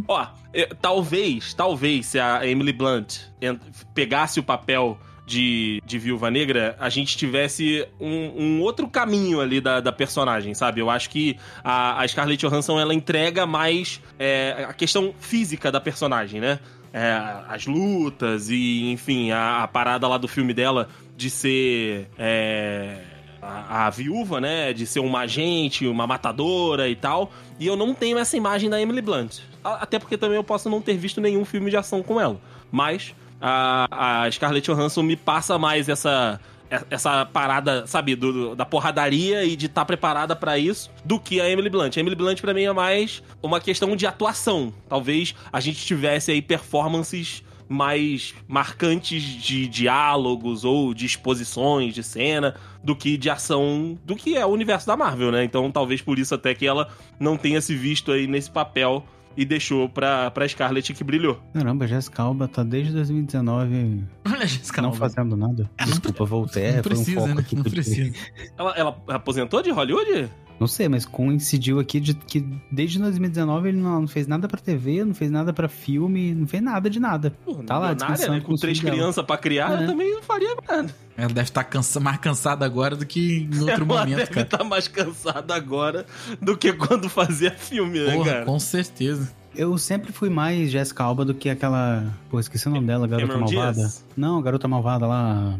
Speaker 4: Ó, eu- talvez, talvez, se a Emily Blunt ent- pegasse o papel de, de Viúva Negra, a gente tivesse um, um outro caminho ali da, da personagem, sabe? Eu acho que a, a Scarlett Johansson, ela entrega mais é, a questão física da personagem, né? É, as lutas e, enfim, a, a parada lá do filme dela de ser... é, a, a viúva, né? De ser uma agente, uma matadora e tal. E eu não tenho essa imagem da Emily Blunt. A- Até porque também eu posso não ter visto nenhum filme de ação com ela. Mas a, a Scarlett Johansson me passa mais essa. é, Essa parada, sabe, do- do- da porradaria e de estar preparada pra isso do que a Emily Blunt. A Emily Blunt, pra mim, é mais uma questão de atuação. Talvez a gente tivesse aí performances mais marcantes de diálogos ou de exposições de cena do que de ação do que é o universo da Marvel, né? Então talvez por isso até que ela não tenha se visto aí nesse papel e deixou pra, pra Scarlett que brilhou.
Speaker 3: Caramba, Jessica Alba tá desde 2019
Speaker 2: Olha, Jessica.
Speaker 3: não fazendo nada. Desculpa, voltei.
Speaker 2: Não
Speaker 3: foi um
Speaker 2: precisa,
Speaker 3: foco
Speaker 2: né?
Speaker 3: aqui
Speaker 2: Não
Speaker 3: do-
Speaker 2: precisa.
Speaker 4: Ela, ela aposentou de Hollywood?
Speaker 3: Não sei, mas coincidiu aqui de que desde 2019 ele não, não fez nada pra TV, não fez nada pra filme, não fez nada de nada.
Speaker 4: Pô,
Speaker 3: Tá lá,
Speaker 4: milionária,
Speaker 3: descansando
Speaker 4: né?
Speaker 3: com
Speaker 4: Com
Speaker 3: os
Speaker 4: três
Speaker 3: filhos
Speaker 4: crianças pra criar,
Speaker 3: É.
Speaker 4: eu também não faria nada.
Speaker 2: Ela deve estar cansa- mais cansada agora do que em outro
Speaker 4: ela
Speaker 2: um momento,
Speaker 4: deve
Speaker 2: cara.
Speaker 4: tá mais cansada agora do que quando fazia filme, né,
Speaker 2: Porra,
Speaker 4: cara?
Speaker 2: com certeza.
Speaker 3: Eu sempre fui mais Jessica Alba do que aquela. Pô, esqueci o nome dela, Garota
Speaker 4: Cameron
Speaker 3: Malvada.
Speaker 4: Diaz?
Speaker 3: Não, Garota Malvada lá.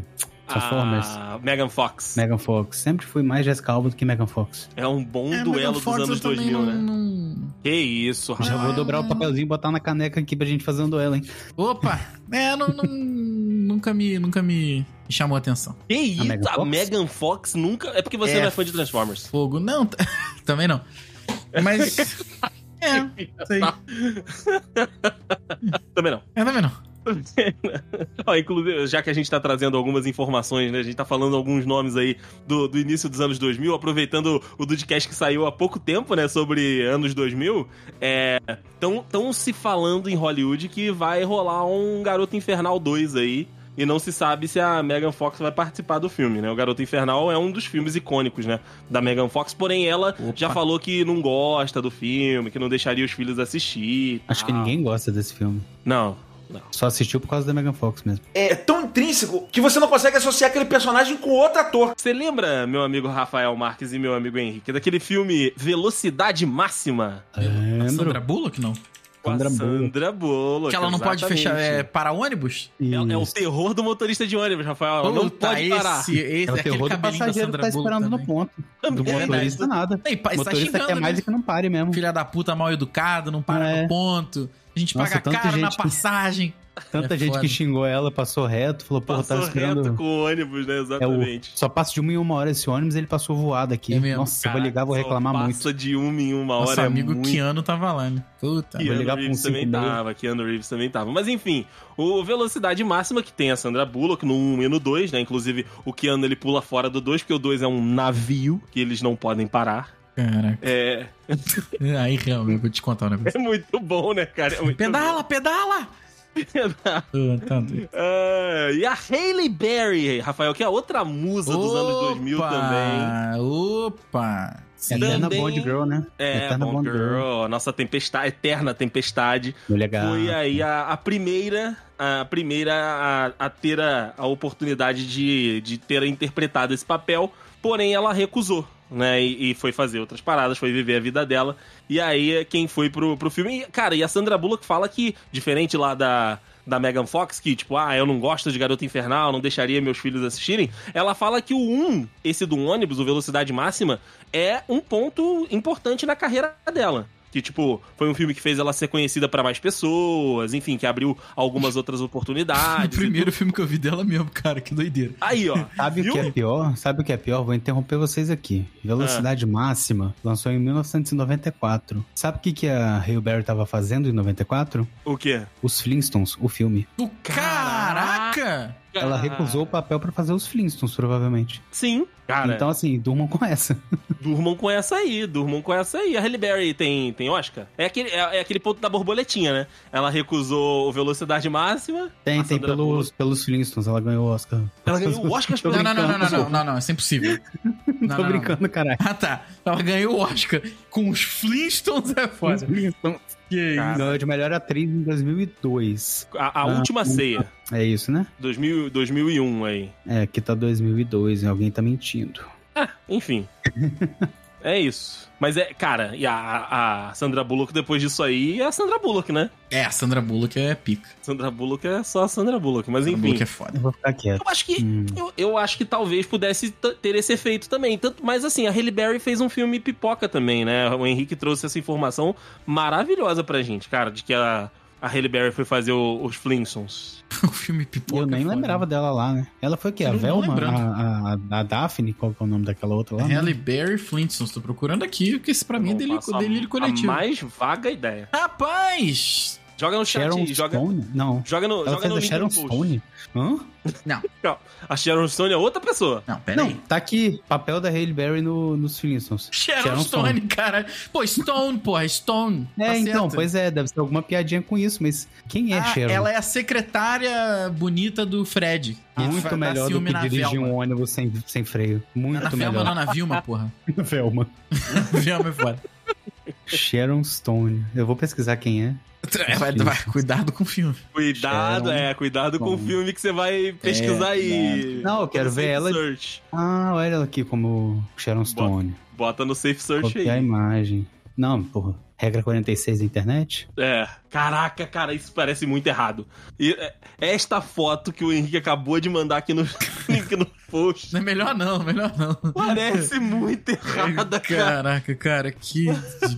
Speaker 3: Transformers.
Speaker 4: Ah, Megan Fox.
Speaker 3: Megan Fox. Sempre fui mais Jessica Alba do que Megan Fox.
Speaker 4: É um bom
Speaker 2: É, Megan
Speaker 4: duelo dos
Speaker 2: Fox,
Speaker 4: anos
Speaker 2: eu também
Speaker 4: 2000,
Speaker 2: não-
Speaker 4: né?
Speaker 2: não-
Speaker 4: Que isso,
Speaker 3: Já
Speaker 4: rapaz.
Speaker 3: vou dobrar o papelzinho e botar na caneca aqui pra gente fazer um duelo, hein?
Speaker 2: Opa! É, não, não- nunca me nunca me chamou a atenção.
Speaker 4: Que isso,
Speaker 3: Megan
Speaker 4: a
Speaker 3: Fox?
Speaker 4: Megan Fox nunca. É porque você
Speaker 2: É.
Speaker 4: não é fã de Transformers.
Speaker 2: Fogo, não, t- também não. Mas. É, sei.
Speaker 4: Também não.
Speaker 2: É, também não.
Speaker 4: Ó, inclusive, já que a gente tá trazendo algumas informações, né? A gente tá falando alguns nomes aí do, do início dos anos 2000, aproveitando o Dudcast que saiu há pouco tempo, né? Sobre anos 2000. É. Tão, tão se falando em Hollywood que vai rolar um Garoto Infernal 2 aí. E não se sabe se a Megan Fox vai participar do filme, né? O Garoto Infernal é um dos filmes icônicos, né? Da Megan Fox, porém ela
Speaker 2: Opa.
Speaker 4: já falou que não gosta do filme, que não deixaria os filhos assistir. e
Speaker 3: Acho que
Speaker 4: tal.
Speaker 3: ninguém gosta desse filme.
Speaker 4: Não.
Speaker 3: Só assistiu por causa da Megan Fox mesmo.
Speaker 5: É tão intrínseco que você não consegue associar aquele personagem com outro ator.
Speaker 4: Você lembra, meu amigo Rafael Marques e meu amigo Henrique, daquele filme Velocidade Máxima?
Speaker 3: É,
Speaker 2: A
Speaker 3: Lembro.
Speaker 2: Sandra Bullock, não?
Speaker 4: Com a
Speaker 3: Sandra Bullock.
Speaker 4: Sandra Bullock.
Speaker 2: que ela não pode
Speaker 4: exatamente.
Speaker 2: fechar é, para ônibus?
Speaker 4: É, é o
Speaker 3: Isso.
Speaker 4: terror do motorista de ônibus, Rafael. Ela não
Speaker 2: Puta,
Speaker 4: pode parar.
Speaker 2: Esse, esse,
Speaker 3: É o terror do passageiro que tá esperando no ponto. Do
Speaker 4: É
Speaker 3: motorista nada.
Speaker 2: ponto.
Speaker 3: O
Speaker 2: E, tá
Speaker 3: motorista
Speaker 2: xingando,
Speaker 3: quer mais
Speaker 2: né?
Speaker 3: e que não pare mesmo.
Speaker 2: Filha da puta mal educado, não para
Speaker 3: É.
Speaker 2: no ponto. A gente
Speaker 3: Nossa,
Speaker 2: paga
Speaker 3: tanta
Speaker 2: caro na
Speaker 3: gente que-
Speaker 2: passagem.
Speaker 3: Tanta
Speaker 2: É
Speaker 3: gente
Speaker 2: foda.
Speaker 3: que xingou ela, passou reto, falou, porra,
Speaker 4: Passou
Speaker 3: tava esperando.
Speaker 4: reto com o ônibus, né?
Speaker 3: É o...
Speaker 4: Exatamente.
Speaker 3: Só passa de uma em uma hora esse ônibus, ele passou voado aqui.
Speaker 2: É mesmo.
Speaker 3: Nossa, eu
Speaker 4: Caraca,
Speaker 3: vou ligar, vou
Speaker 4: só
Speaker 3: reclamar muito.
Speaker 4: Passa de uma em uma
Speaker 2: Nosso
Speaker 4: hora. é
Speaker 2: amigo
Speaker 4: muito
Speaker 2: Keanu tava lá, né? Puta.
Speaker 3: Vou
Speaker 4: Keanu
Speaker 3: ligar pra um
Speaker 4: Reeves também
Speaker 3: 5,5.
Speaker 4: tava, Keanu Reeves também tava. Mas enfim, o Velocidade Máxima que tem a Sandra Bullock no 1 e no 2, né? Inclusive, o Keanu ele pula fora do 2, porque o 2 é um navio que eles não podem parar.
Speaker 2: Caraca.
Speaker 4: É,
Speaker 2: Aí realmente, eu vou te contar um negócio.
Speaker 4: é muito bom, né, cara? É muito
Speaker 2: Pedala, pedala!
Speaker 4: bom.
Speaker 2: Ah, tá doido.
Speaker 4: Ah, e a Hailey Berry, Rafael, que é outra musa dos anos 2000 também.
Speaker 2: Opa!
Speaker 3: É a
Speaker 2: Sim.
Speaker 3: Eterna
Speaker 4: Também-
Speaker 3: Bond Girl, né?
Speaker 4: É,
Speaker 3: Eterna
Speaker 4: Bond Girl, a nossa tempestade, eterna tempestade.
Speaker 3: Mulher gata.
Speaker 4: Foi aí a, a primeira, a primeira a, a ter a, a oportunidade de, de ter interpretado esse papel, porém ela recusou, né? E, e foi fazer outras paradas, foi viver a vida dela. E aí é quem foi pro, pro filme. E, cara, e a Sandra Bullock fala que, diferente lá da. Da Megan Fox, que tipo, ah, eu não gosto de Garota Infernal, não deixaria meus filhos assistirem. Ela fala que o 1, esse do ônibus, o Velocidade Máxima, é um ponto importante na carreira dela. Que, tipo, foi um filme que fez ela ser conhecida pra mais pessoas, enfim, que abriu algumas outras
Speaker 2: O
Speaker 4: oportunidades.
Speaker 2: primeiro filme que eu vi dela mesmo, cara, que doideira.
Speaker 4: Aí, ó.
Speaker 3: Sabe
Speaker 4: viu?
Speaker 3: o que é pior? Sabe o que é pior? Vou interromper vocês aqui. Velocidade
Speaker 2: Ah.
Speaker 3: Máxima lançou em 1994. Sabe o que, que a Hail Berry tava fazendo em 94?
Speaker 4: O quê?
Speaker 3: Os Flintstones, o filme.
Speaker 2: O caraca!
Speaker 3: Ela recusou o papel pra fazer os Flintstones, provavelmente.
Speaker 4: Sim. Cara,
Speaker 3: Então, assim, durmam com essa.
Speaker 4: durmam com essa aí, durmam com essa aí. A Halle Berry tem, tem Oscar? É aquele, é, é aquele ponto da borboletinha, né? Ela recusou o Velocidade Máxima.
Speaker 3: Tem,
Speaker 4: a
Speaker 3: tem
Speaker 4: Sandra
Speaker 3: pelos, pelos Flintstones, ela ganhou o Oscar.
Speaker 4: Ela ganhou o Oscar
Speaker 3: Tô
Speaker 2: Não, não, não,
Speaker 3: brincando,
Speaker 2: não, não, não,
Speaker 3: desculpa.
Speaker 2: não, não, isso é impossível. Não, não,
Speaker 3: Tô
Speaker 2: não.
Speaker 3: brincando, caralho.
Speaker 2: Ah, tá. Ela ganhou o Oscar com os Flintstones, é foda. Que isso.
Speaker 3: Ganhou de melhor atriz em 2002.
Speaker 4: A, a
Speaker 3: Ah,
Speaker 4: Última Ceia,
Speaker 3: É isso, né?
Speaker 4: 2000, 2001 aí. Ah,
Speaker 3: É, aqui tá 2002 e alguém tá mentindo.
Speaker 4: Enfim. é isso. Mas é, cara, e a, a Sandra Bullock depois disso aí é a Sandra Bullock, né?
Speaker 2: É, a Sandra Bullock é pica.
Speaker 4: Sandra Bullock é só a Sandra Bullock, mas
Speaker 2: Sandra
Speaker 4: enfim.
Speaker 2: Bullock é foda.
Speaker 3: Eu vou ficar quieto.
Speaker 4: Eu acho que
Speaker 3: Hum.
Speaker 4: eu, eu acho que talvez pudesse t- ter esse efeito também. Tanto, mas assim, a Halle Berry fez um filme pipoca também, né? O Henrique trouxe essa informação maravilhosa pra gente, cara, de que a, a Halle Berry foi fazer o- os Flintstones.
Speaker 2: O filme pipoca.
Speaker 3: eu
Speaker 2: é
Speaker 3: nem
Speaker 2: foda.
Speaker 3: lembrava dela lá, né? Ela foi o quê? A
Speaker 2: Eu não tô
Speaker 3: Velma?
Speaker 2: lembrando.
Speaker 3: A, a, a Daphne? Qual que é o nome daquela outra lá?
Speaker 2: Halle Berry Flintstones, tô procurando aqui, porque esse pra mim é
Speaker 4: Não
Speaker 2: delírio,
Speaker 4: faço a-
Speaker 2: delírio coletivo.
Speaker 4: A mais vaga ideia.
Speaker 2: Rapaz!
Speaker 4: Joga no chat
Speaker 3: Sharon
Speaker 4: aí, joga,
Speaker 3: Stone? Não.
Speaker 4: joga no,
Speaker 3: Ela
Speaker 4: joga
Speaker 3: fez
Speaker 4: no
Speaker 3: a
Speaker 4: link
Speaker 3: Sharon
Speaker 4: no post.
Speaker 3: Stone? Hã?
Speaker 4: A Sharon Stone é outra pessoa.
Speaker 2: Não, pera
Speaker 3: Não,
Speaker 2: aí.
Speaker 3: tá aqui. Papel da Hailey Berry no, nos Flintstones.
Speaker 2: Sharon,
Speaker 3: Sharon
Speaker 2: Stone, cara. Pô, Stone, porra, Stone.
Speaker 3: É,
Speaker 2: tá
Speaker 3: então,
Speaker 2: certo.
Speaker 3: pois é, deve ser alguma piadinha com isso, mas quem é
Speaker 2: Ah,
Speaker 3: Sharon?
Speaker 2: ela é a secretária bonita do Fred. que fa-
Speaker 3: Ah, Muito
Speaker 2: dá
Speaker 3: melhor do
Speaker 2: ciúme
Speaker 3: que
Speaker 2: na
Speaker 3: dirigir
Speaker 2: Velma.
Speaker 3: um ônibus sem, sem freio. Muito
Speaker 2: Na Velma, não,
Speaker 3: melhor.
Speaker 2: na Vilma, porra.
Speaker 3: Velma.
Speaker 2: Vilma é foda.
Speaker 3: Sharon Stone. Eu vou pesquisar quem é.
Speaker 2: Vai, vai, cuidado com o filme.
Speaker 4: Cuidado,
Speaker 3: Sharon
Speaker 4: é, cuidado com o
Speaker 3: Stone. É,
Speaker 4: filme que você vai pesquisar aí.
Speaker 3: Não, eu quero
Speaker 4: No
Speaker 3: ver
Speaker 4: Safe
Speaker 3: ela-
Speaker 4: Search.
Speaker 3: Ah, olha ela aqui como Sharon Stone.
Speaker 4: Bota no Safe Search
Speaker 3: Copiar a
Speaker 4: aí.
Speaker 3: imagem. Não, porra. Regra 46 da internet?
Speaker 4: É. Caraca, cara, isso parece muito errado. E é, esta foto que o Henrique acabou de mandar aqui no link no post
Speaker 2: Não é melhor não, melhor não.
Speaker 4: parece muito errada, cara.
Speaker 2: Caraca, cara, que.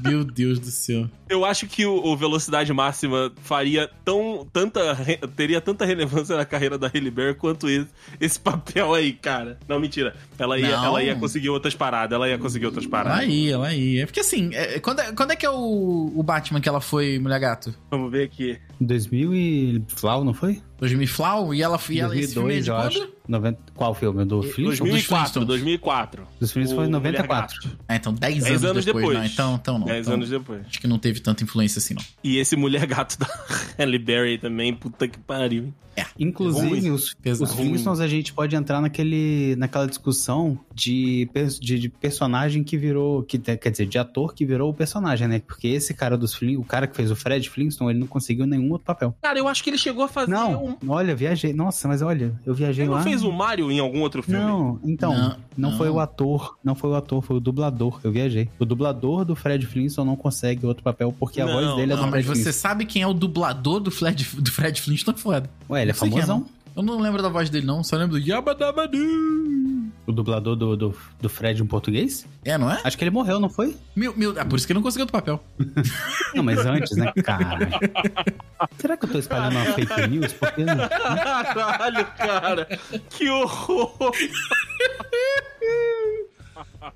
Speaker 2: Meu Deus do céu.
Speaker 4: Eu acho que o, o Velocidade Máxima faria tão tanta re- teria tanta relevância na carreira da Halle Berry quanto esse, esse papel aí, cara. Não, mentira. Ela ia,
Speaker 2: Não.
Speaker 4: ela ia conseguir outras paradas, ela ia conseguir outras
Speaker 2: Ela
Speaker 4: paradas.
Speaker 2: ia, ela ia. É Porque assim, é, quando, é- quando é que é o, o Batman que ela foi Mulher Gato?
Speaker 4: Vamos ver aqui.
Speaker 3: 2000 e... Flau, não foi?
Speaker 2: 2000 Flau? E ela foi. E ela, esse filme é de
Speaker 3: eu
Speaker 2: quando?
Speaker 3: acho. 90... Qual filme?
Speaker 4: É,
Speaker 3: Do Flintstones?
Speaker 4: 2004,
Speaker 2: Flintstones.
Speaker 4: 2004.
Speaker 3: Dos Flintstones foi em
Speaker 4: O
Speaker 3: 94.
Speaker 4: Mulher Gato.
Speaker 2: Ah, então 10
Speaker 4: Dez
Speaker 2: anos,
Speaker 4: anos
Speaker 2: depois.
Speaker 4: depois.
Speaker 2: Não, então, então não.
Speaker 4: 10
Speaker 2: Então,
Speaker 4: anos depois.
Speaker 2: Acho que não teve tanta influência assim, não.
Speaker 4: E esse Mulher Gato da Halle Berry também, puta que pariu. hein?
Speaker 3: Inclusive,
Speaker 4: É Ruim.
Speaker 3: os,
Speaker 2: Pesado.
Speaker 3: os Flintstones a gente pode entrar naquele, naquela discussão de, pers- de, de personagem que virou, que, te- quer dizer, de ator que virou o personagem, né? Porque esse cara dos Flintstones, o cara que fez o Fred Flintstone, ele não conseguiu nenhum outro papel.
Speaker 4: Cara, eu acho que ele chegou a fazer um...
Speaker 3: Não, olha, viajei. Nossa, mas olha, eu viajei
Speaker 4: Ele
Speaker 3: lá.
Speaker 4: não fez o Mario em algum outro filme?
Speaker 3: Não, então,
Speaker 2: Não,
Speaker 3: não,
Speaker 2: não.
Speaker 3: foi o ator, não foi o ator, foi o dublador, eu viajei. O dublador do Fred Flintstone não consegue outro papel porque a
Speaker 4: Não,
Speaker 3: voz dele é
Speaker 2: Não,
Speaker 3: do
Speaker 2: mas
Speaker 3: Fred
Speaker 2: você
Speaker 3: Flintstone.
Speaker 2: sabe quem é o dublador do Fred, do Fred Flintstone? Foda.
Speaker 3: Ué, ele é
Speaker 2: Não sei quem
Speaker 3: famosão?
Speaker 2: não. Eu não lembro da voz dele, não. Só lembro do Yabadabadu.
Speaker 3: O dublador do, do, do Fred em português?
Speaker 2: É, não é?
Speaker 3: Acho que ele morreu, não foi?
Speaker 2: Meu, meu, ah, por isso que ele não conseguiu outro papel.
Speaker 3: Não, mas antes, né, cara? Será que eu tô espalhando uma fake news? Porque
Speaker 4: Caralho, cara. Que horror.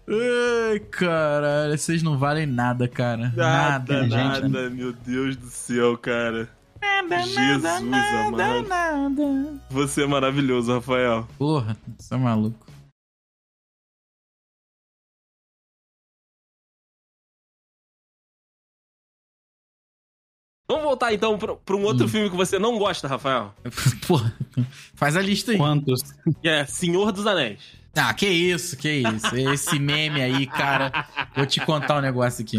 Speaker 2: Ai, caralho, vocês não valem nada, cara.
Speaker 4: Nada,
Speaker 2: Nada,
Speaker 4: nada,
Speaker 2: gente. né?
Speaker 4: meu Deus do céu, cara. Jesus amado. Você é maravilhoso, Rafael.
Speaker 2: Porra, você é maluco.
Speaker 4: Vamos voltar então pra pra um outro filme que você não gosta, Rafael.
Speaker 2: Porra, faz a lista aí.
Speaker 3: quantos?
Speaker 4: Que é Senhor dos Anéis.
Speaker 2: Ah, que isso, que isso. Esse meme aí, cara. Vou te contar um negócio aqui.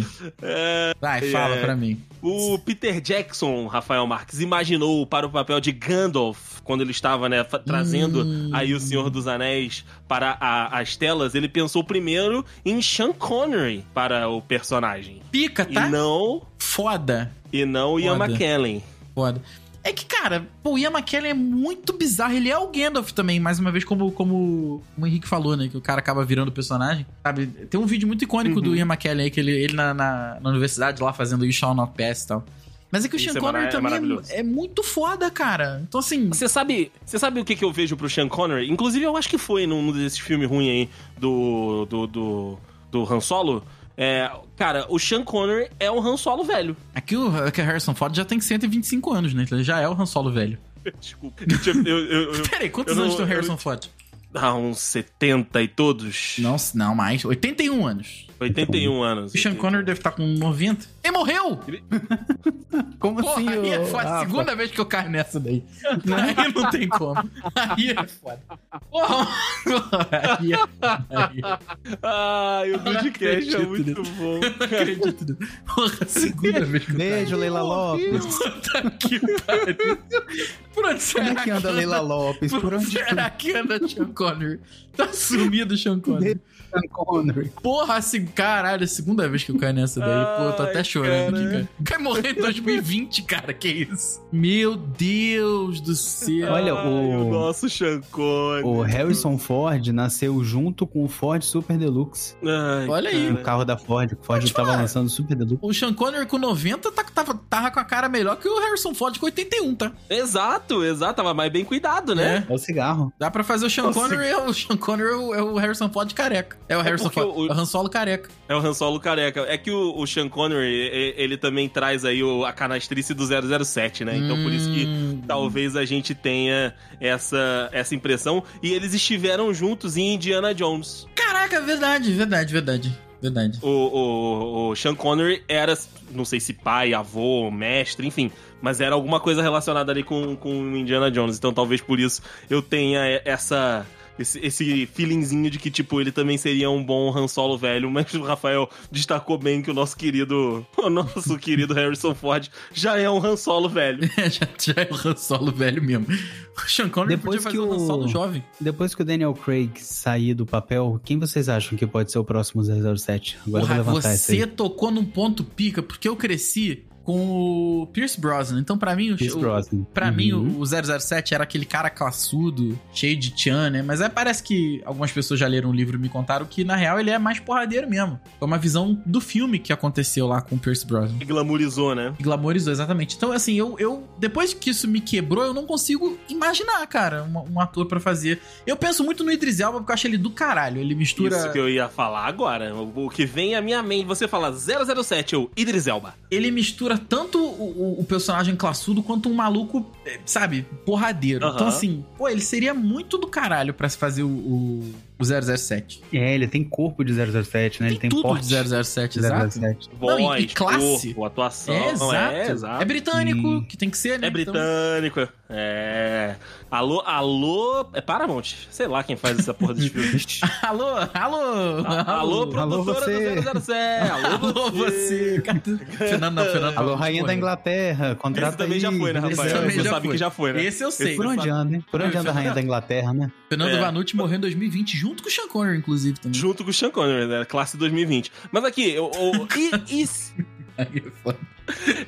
Speaker 2: Vai, fala
Speaker 4: é.
Speaker 2: pra mim.
Speaker 4: O Peter Jackson, Rafael Marques, imaginou para o papel de Gandalf, quando ele estava, né, fa- trazendo
Speaker 2: Hum.
Speaker 4: aí o Senhor dos Anéis para a- as telas, ele pensou primeiro em Sean Connery para o personagem.
Speaker 2: Pica,
Speaker 4: E
Speaker 2: tá?
Speaker 4: não,
Speaker 2: Foda.
Speaker 4: e não Ian
Speaker 2: Foda.
Speaker 4: McKellen.
Speaker 2: Foda. É que, cara, pô, o Ian McKellen é muito bizarro. Ele é o Gandalf também, mais uma vez, como, como o Henrique falou, né? Que o cara acaba virando personagem. Sabe? Tem um vídeo muito icônico
Speaker 4: Uhum.
Speaker 2: do Ian McKellen aí, que ele, ele na, na, na universidade lá fazendo You Shall Not Pass e tal. Mas é que o
Speaker 4: Isso
Speaker 2: Sean
Speaker 4: é
Speaker 2: Connery
Speaker 4: mara- é
Speaker 2: também
Speaker 4: maravilhoso.
Speaker 2: é, muito foda, cara. Então, assim.
Speaker 4: Você sabe, você sabe o que, que eu vejo pro Sean Connery? Inclusive, eu acho que foi num desses filmes ruins aí do, do, do, do Han Solo. É, cara, o Sean Connery é um Han Solo velho.
Speaker 2: Aqui o aqui o Harrison Ford já tem 125 anos, né? Então Ele já é o Han Solo velho.
Speaker 4: Desculpa. Eu, eu, eu, eu-
Speaker 2: Peraí, quantos
Speaker 4: Eu não-
Speaker 2: anos tem o
Speaker 4: eu-
Speaker 2: Harrison Ford?
Speaker 4: ah, uns 70 e todos?
Speaker 2: Não, não mais. 81 anos.
Speaker 4: 81 anos.
Speaker 2: O Sean Connery deve estar com 90. E morreu!
Speaker 3: Como
Speaker 2: Porra,
Speaker 3: assim?
Speaker 2: aí é
Speaker 3: ô,
Speaker 4: ah,
Speaker 2: foda.
Speaker 3: Rafa?
Speaker 2: Segunda vez que eu caio nessa daí. Aí não tem como. Aí é foda. Porra, aí é foda. Aí é
Speaker 4: Ah, e o Dudcast é
Speaker 2: acredito
Speaker 4: muito bom.
Speaker 2: Não acredito. nisso. Porra, segunda vez que eu caio.
Speaker 3: Beijo, Leila Lopes.
Speaker 2: Puta que pariu. Por onde será
Speaker 3: Como é que anda Leila Lopes? Por onde
Speaker 2: será que anda Sean Connery? Tá sumido o Sean Connery.
Speaker 3: tá Sean Connery?
Speaker 2: Porra, assim, caralho, é a segunda vez que eu caio nessa daí. Pô, eu tô até
Speaker 4: Ai,
Speaker 2: chorando
Speaker 4: cara.
Speaker 2: aqui, cara. O Cara morreu em 2020, cara, que isso? Meu Deus do céu.
Speaker 3: Olha,
Speaker 4: Ai,
Speaker 3: o-
Speaker 4: nosso Sean Connery.
Speaker 3: O Harrison Ford nasceu junto com o Ford Super Deluxe.
Speaker 4: Ai,
Speaker 2: Olha aí.
Speaker 3: O carro da Ford, que o Ford tava lançando o Super Deluxe.
Speaker 2: O Sean Connery com 90 tá, tava, tava com a cara melhor que o Harrison Ford com 81, tá?
Speaker 4: Exato, exato. Tava mais bem cuidado, né?
Speaker 2: É.
Speaker 3: É o cigarro.
Speaker 2: Dá pra fazer o Sean
Speaker 4: Nossa.
Speaker 2: Connery, é o Sean Connery é o, é o Harrison Ford careca. É o Harrison
Speaker 4: porque
Speaker 2: Ford,
Speaker 4: o-
Speaker 2: é o Han Solo careca.
Speaker 4: É o Han Solo careca. É que o, o Sean Connery, e- ele também traz aí o- a canastrice do 007, né? Então por isso que
Speaker 2: Hum.
Speaker 4: talvez a gente tenha essa, essa impressão. E eles estiveram juntos em Indiana Jones.
Speaker 2: Caraca, verdade, verdade, verdade, verdade.
Speaker 4: O, o, o Sean Connery era, não sei se pai, avô, mestre, enfim. Mas era alguma coisa relacionada ali com, com Indiana Jones. Então talvez por isso eu tenha e- essa... Esse, esse feelingzinho de que, tipo, ele também seria um bom Han Solo velho, mas o Rafael destacou bem que o nosso querido, o nosso querido Harrison Ford já é um Han Solo velho.
Speaker 2: É, já, já é o Han Solo velho mesmo. O Sean Connery
Speaker 3: Depois
Speaker 2: podia
Speaker 3: que
Speaker 2: fazer o Han
Speaker 3: o-
Speaker 2: Solo jovem.
Speaker 3: Depois que o Daniel Craig sair do papel, quem vocês acham que pode ser o próximo 007? Agora
Speaker 2: Porra,
Speaker 3: eu vou levantar isso aí.
Speaker 2: você tocou num ponto pica, porque eu cresci com o Pierce Brosnan. Então, pra mim, o,
Speaker 3: Pierce
Speaker 2: o-
Speaker 3: Brosnan.
Speaker 2: Pra mim,
Speaker 3: é Uhum.
Speaker 2: o o 007 era aquele cara classudo, cheio de tchan, né? Mas é, parece que algumas pessoas já leram o livro e me contaram que, na real, ele é mais porradeiro mesmo. Foi uma visão do filme que aconteceu lá com o Pierce Brosnan.
Speaker 4: E glamourizou, né?
Speaker 2: E glamorizou, exatamente. Então, assim, eu, eu... Depois que isso me quebrou, eu não consigo imaginar, cara, um, um ator pra fazer. Eu penso muito no Idris Elba, porque eu acho ele do caralho. Ele mistura...
Speaker 4: Isso que eu ia falar agora. O o que vem à minha mente, você fala 007, eu, Idris Elba.
Speaker 2: Ele mistura tanto o, o- o personagem classudo quanto um maluco, eh, sabe, porradeiro.
Speaker 4: Aham.
Speaker 2: Então, assim, pô, ele seria muito do caralho pra se fazer o, o, o 007.
Speaker 3: É, ele tem corpo de 007, né? ele tem
Speaker 2: tudo
Speaker 3: porte
Speaker 2: de
Speaker 3: de
Speaker 2: 007, exato.
Speaker 3: 007.
Speaker 4: Voz,
Speaker 2: Não, e- e classe.
Speaker 4: corpo, atuação.
Speaker 2: É, exato.
Speaker 4: É,
Speaker 2: É,
Speaker 4: exato.
Speaker 2: britânico,
Speaker 3: Hum.
Speaker 2: que tem que ser, né?
Speaker 4: É britânico. É. Alô, alô. É Paramount. Sei lá quem faz essa porra desse filme.
Speaker 2: Então, alô, alô,
Speaker 4: alô, produtora
Speaker 3: alô, você.
Speaker 4: do 007.
Speaker 2: Alô, você. Cadê- Fernando, não, Fernando.
Speaker 3: Alô, rainha
Speaker 2: né,
Speaker 3: da Inglaterra,
Speaker 4: Esse
Speaker 3: contrata
Speaker 4: também
Speaker 3: aí.
Speaker 4: já foi, né,
Speaker 3: Idris
Speaker 4: Rafael?
Speaker 2: Esse
Speaker 3: Elba.
Speaker 2: também
Speaker 4: você
Speaker 2: já
Speaker 4: sabe
Speaker 2: foi.
Speaker 4: que já foi, né?
Speaker 2: Esse eu sei.
Speaker 3: Por onde anda, hein? Por onde anda a rainha da Inglaterra, né?
Speaker 2: Fernando
Speaker 4: É.
Speaker 2: Vanucci morreu em 2020 junto com o Sean Connery, inclusive, também.
Speaker 4: Junto com o Sean Connery, né? Classe 2020. Mas aqui, eu. eu- e, e, se-
Speaker 2: Aí é foda.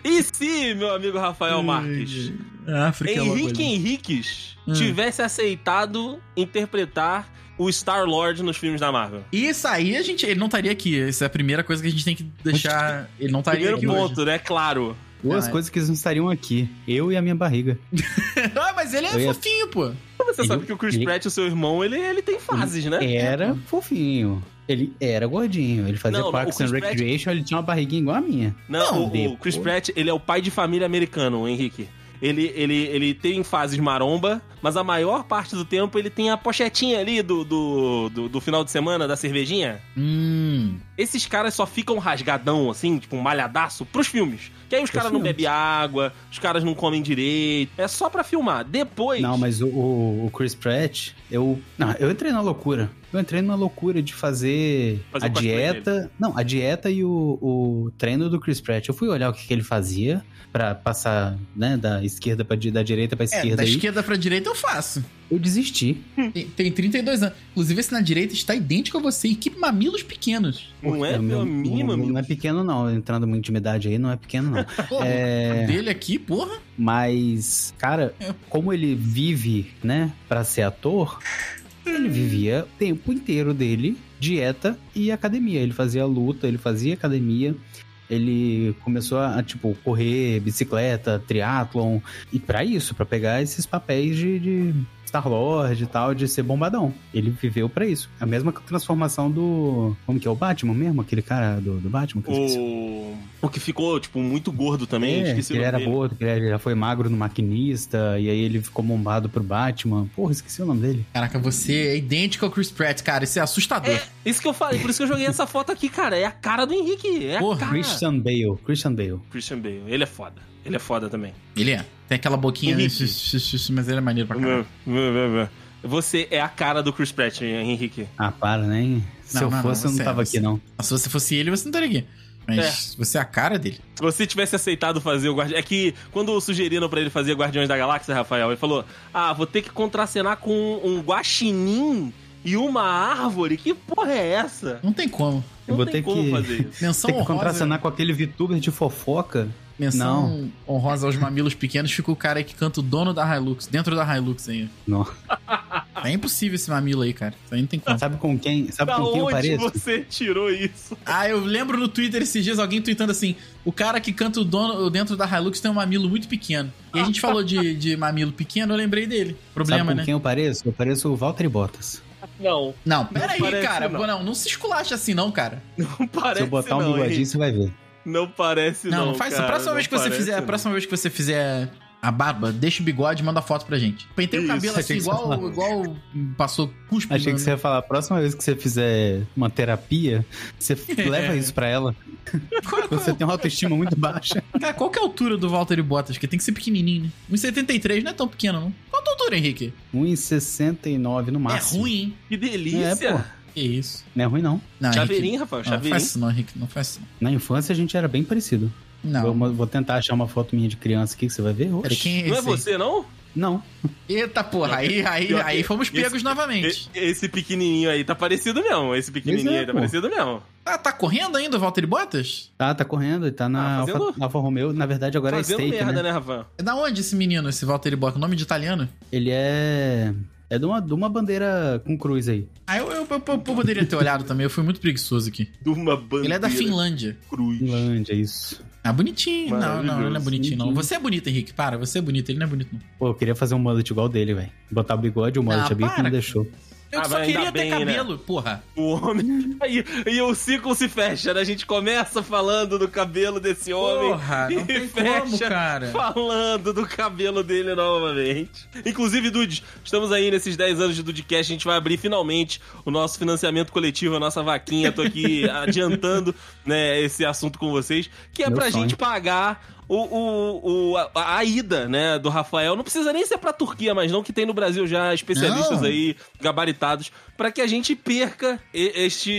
Speaker 4: e se, meu amigo Rafael Marques?
Speaker 2: A África Hum, é uma
Speaker 4: Henrique
Speaker 2: coisa.
Speaker 4: Henriques
Speaker 2: Hum.
Speaker 4: tivesse aceitado interpretar o Star-Lord nos filmes da Marvel.
Speaker 2: Isso aí, a gente, ele não estaria aqui. Essa é a primeira coisa que a gente tem que deixar. Ele não estaria
Speaker 4: Primeiro
Speaker 2: aqui.
Speaker 4: ponto, né? Claro.
Speaker 3: Duas
Speaker 2: Ah, é.
Speaker 3: coisas que não estariam aqui. Eu e a minha barriga.
Speaker 2: hoje. ah, mas ele é
Speaker 3: Eu ia-
Speaker 2: fofinho, pô.
Speaker 4: Você
Speaker 3: Ele-
Speaker 4: sabe que o Chris
Speaker 3: ele- É.
Speaker 4: Pratt, o seu irmão, ele, ele tem fases, né?
Speaker 3: Era fofinho. Ele era gordinho. Ele fazia
Speaker 4: Não, o
Speaker 3: Parks
Speaker 4: Chris
Speaker 3: and Recreation, ele tinha uma barriguinha igual a minha.
Speaker 4: Não, o- o,
Speaker 3: depois.
Speaker 4: Chris Pratt, ele é o pai de família americano, Henrique. Ele, ele, ele tem fases maromba, mas a maior parte do tempo ele tem a pochetinha ali do, do, do, do final de semana, da cervejinha.
Speaker 2: Hum.
Speaker 4: Esses caras só ficam rasgadão, assim, tipo, um malhadaço pros filmes. Que aí os
Speaker 3: Pros
Speaker 4: caras não
Speaker 3: filmes.
Speaker 4: bebem água, os caras não comem direito. É só pra filmar. Depois.
Speaker 3: Não, mas o, o- o Chris Pratt, eu. Não, eu entrei na loucura. Eu entrei numa loucura de fazer,
Speaker 4: Fazer
Speaker 3: a
Speaker 4: o cosplay
Speaker 3: dieta. Não, a dieta e o, o treino do Chris Pratt. Eu fui olhar o que, que ele fazia pra passar, né, da esquerda pra di- da direita pra
Speaker 2: É,
Speaker 3: esquerda
Speaker 2: da
Speaker 3: aí.
Speaker 2: esquerda pra direita eu faço.
Speaker 3: Eu desisti.
Speaker 2: Tem, tem 32 anos. Inclusive, esse na direita está idêntico a você. E que mamilos pequenos.
Speaker 4: Não é,
Speaker 3: Eu-
Speaker 4: meu
Speaker 3: meu-
Speaker 4: mínimo,
Speaker 3: não,
Speaker 4: amigo.
Speaker 3: não é pequeno, não. Entrando muito intimidade aí, não é pequeno, não.
Speaker 2: Pô,
Speaker 3: é.
Speaker 2: o dele aqui, porra.
Speaker 3: Mas, cara, como ele vive, né, pra ser ator, ele vivia o tempo inteiro dele, dieta e academia. Ele fazia luta, ele fazia academia. Ele começou a, tipo, correr bicicleta, triatlon, e pra isso, pra pegar esses papéis de, de, Star-Lord e tal, de ser bombadão. Ele viveu pra isso. A mesma transformação do... Como que é? O Batman mesmo? Aquele cara do, do Batman? Que eu esqueci.
Speaker 4: O... o que ficou, tipo, muito gordo também.
Speaker 3: É,
Speaker 4: esqueci
Speaker 3: que
Speaker 4: o
Speaker 3: ele
Speaker 4: nome
Speaker 3: era
Speaker 4: dele.
Speaker 3: gordo, que ele já foi magro no maquinista, e aí ele ficou bombado pro Batman. Porra, esqueci o nome dele.
Speaker 2: Caraca, você é idêntico ao Chris Pratt, cara. Isso é assustador.
Speaker 4: É, isso que eu falei, por isso que eu joguei essa foto aqui, cara. É a cara do Henrique. É a
Speaker 2: Porra,
Speaker 4: cara.
Speaker 3: Christian Bale. Christian Bale.
Speaker 4: Christian Bale. Ele é foda. Ele é foda também.
Speaker 2: Ele é. Tem aquela boquinha, né?
Speaker 4: Bonito.
Speaker 2: Xux, xux, xux, mas ele é maneiro pra caralho.
Speaker 4: Você é a cara do Chris Pratt, Henrique.
Speaker 3: Ah, para, né? hein? Se
Speaker 2: Não,
Speaker 3: eu
Speaker 2: não, não,
Speaker 3: fosse, eu
Speaker 2: você
Speaker 3: não
Speaker 2: é,
Speaker 3: tava
Speaker 2: você
Speaker 3: aqui, não.
Speaker 2: Se você fosse ele, você não estaria aqui. Mas você é a cara dele.
Speaker 4: Se você tivesse aceitado fazer o Guardião. É que quando sugeriram pra ele fazer Guardiões da Galáxia, Rafael, ele falou: Ah, vou ter que contracenar com um guaxinim e uma árvore? Que porra é essa?
Speaker 2: Não tem como.
Speaker 3: Eu
Speaker 4: Não
Speaker 3: vou
Speaker 4: tem
Speaker 3: ter
Speaker 4: como
Speaker 3: que-
Speaker 4: fazer isso.
Speaker 2: Menção
Speaker 3: Tem que
Speaker 2: honrosa.
Speaker 3: contracenar com aquele VTuber de fofoca.
Speaker 2: Menção honrosa aos mamilos pequenos. Fica o cara aí que canta o dono da Hilux, dentro da Hilux aí.
Speaker 3: Não.
Speaker 4: Ah.
Speaker 2: É impossível esse mamilo aí, cara. Isso aí não tem como.
Speaker 3: Sabe com quem? Sabe
Speaker 2: Tá
Speaker 4: Da
Speaker 3: com quem eu
Speaker 4: onde
Speaker 3: pareço?
Speaker 4: você tirou isso?
Speaker 2: Ah, eu lembro no Twitter esses dias alguém tweetando assim: o cara que canta o dono o dentro da Hilux tem um mamilo muito pequeno. E a gente falou de, de mamilo pequeno, eu lembrei dele.
Speaker 3: Sabe
Speaker 2: Problema,
Speaker 3: com
Speaker 2: né?
Speaker 3: quem eu pareço? Eu pareço o Valtteri Bottas.
Speaker 4: Não,
Speaker 2: Não, peraí,
Speaker 4: Não parece,
Speaker 2: cara.
Speaker 4: não.
Speaker 2: Pô, Não. não, se esculacha assim, não, cara.
Speaker 4: não parece.
Speaker 3: Se eu botar
Speaker 4: não,
Speaker 3: um bigodinho,
Speaker 4: Henrique.
Speaker 3: você vai ver.
Speaker 4: Não parece,
Speaker 2: Não,
Speaker 4: não.
Speaker 2: não faz isso.
Speaker 4: cara,
Speaker 2: A próxima
Speaker 4: não
Speaker 2: vez que você
Speaker 4: parece,
Speaker 2: fizer, a
Speaker 4: não.
Speaker 2: próxima vez que você fizer a barba, deixa o bigode e manda foto pra gente. Pentei o
Speaker 4: Isso,
Speaker 2: cabelo assim,
Speaker 3: achei que você ia
Speaker 2: igual,
Speaker 3: falar.
Speaker 2: igual passou cuspe.
Speaker 3: Achei
Speaker 2: no-
Speaker 3: que você ia falar, a próxima vez que você fizer uma terapia, você
Speaker 2: É.
Speaker 3: leva isso pra ela.
Speaker 2: Qual, qual,
Speaker 3: Você tem uma autoestima muito baixa.
Speaker 2: cara, qual que é a altura do Walter e Bottas? Que tem que ser pequenininho, né? 1,73 não é tão pequeno, não. Qual a tua altura, Henrique?
Speaker 3: 1,69 no máximo.
Speaker 2: É ruim, hein?
Speaker 4: Que delícia.
Speaker 3: É, pô.
Speaker 2: Que isso.
Speaker 3: Não é ruim, não.
Speaker 2: Não, Henrique,
Speaker 4: Chaveirinho, Rafael,
Speaker 2: não, não faz
Speaker 4: chaveirinho.
Speaker 2: isso não, Henrique. Não faz isso não.
Speaker 3: Na infância a gente era bem parecido.
Speaker 2: Não.
Speaker 3: Vou, vou tentar achar uma foto minha de criança aqui que você vai ver. Oxe.
Speaker 2: Peraí, quem é
Speaker 4: Não é
Speaker 2: esse? aí?
Speaker 4: você, não?
Speaker 3: Não.
Speaker 2: Eita porra, aí, aí,
Speaker 4: Pior que-
Speaker 2: aí fomos pegos novamente.
Speaker 4: E- Esse pequenininho aí tá parecido mesmo. Esse pequenininho
Speaker 3: Pois é,
Speaker 4: aí tá
Speaker 3: pô.
Speaker 4: parecido mesmo.
Speaker 2: Ah, tá correndo ainda o Walter e Bottas?
Speaker 3: Tá, tá correndo, tá na
Speaker 4: Ah, fazendo-
Speaker 3: Alfa, Alfa Romeo. Na verdade, agora
Speaker 4: Fazendo
Speaker 3: é steak,
Speaker 4: merda,
Speaker 3: né?
Speaker 4: né, Rafael?
Speaker 2: É Da onde esse menino, esse Walter e Bottas? Nome de italiano?
Speaker 3: Ele é. É de uma, de uma bandeira com cruz aí.
Speaker 2: Ah, eu, eu, eu- eu poderia ter olhado também, eu fui muito preguiçoso aqui.
Speaker 4: De uma bandeira.
Speaker 2: Ele é da Finlândia.
Speaker 4: Cruz.
Speaker 3: Finlândia, isso.
Speaker 2: Ah, bonitinho. Não, não, ele não é
Speaker 4: Maravilhoso.
Speaker 2: bonitinho, não. Você é bonito, Henrique. Para, você é bonito, ele não é bonito, não.
Speaker 3: Pô, eu queria fazer um mullet igual dele, velho. Botar o bigode, o mullet
Speaker 2: Ah,
Speaker 3: é bem que
Speaker 2: para.
Speaker 3: não deixou.
Speaker 2: Eu
Speaker 4: Ah,
Speaker 2: só
Speaker 4: vai, ainda
Speaker 2: queria ter
Speaker 4: bem, né?
Speaker 2: cabelo, porra.
Speaker 4: O homem. Aí, e o ciclo se fecha, né? A gente começa falando do cabelo desse homem.
Speaker 2: Porra, não
Speaker 4: e
Speaker 2: tem
Speaker 4: fecha
Speaker 2: como, cara.
Speaker 4: Falando do cabelo dele novamente. Inclusive, Dudes, estamos aí nesses 10 anos de Dudecast. A gente vai abrir finalmente o nosso financiamento coletivo, a nossa vaquinha. Tô aqui adiantando né, esse assunto com vocês. Que é
Speaker 3: Meu
Speaker 4: pra
Speaker 3: sonho.
Speaker 4: gente pagar. O, o, o- a, a ida, né, do Rafael. Não precisa nem ser pra Turquia, mas não que tem no Brasil já especialistas
Speaker 2: Não.
Speaker 4: aí, gabaritados, pra que a gente perca e- este,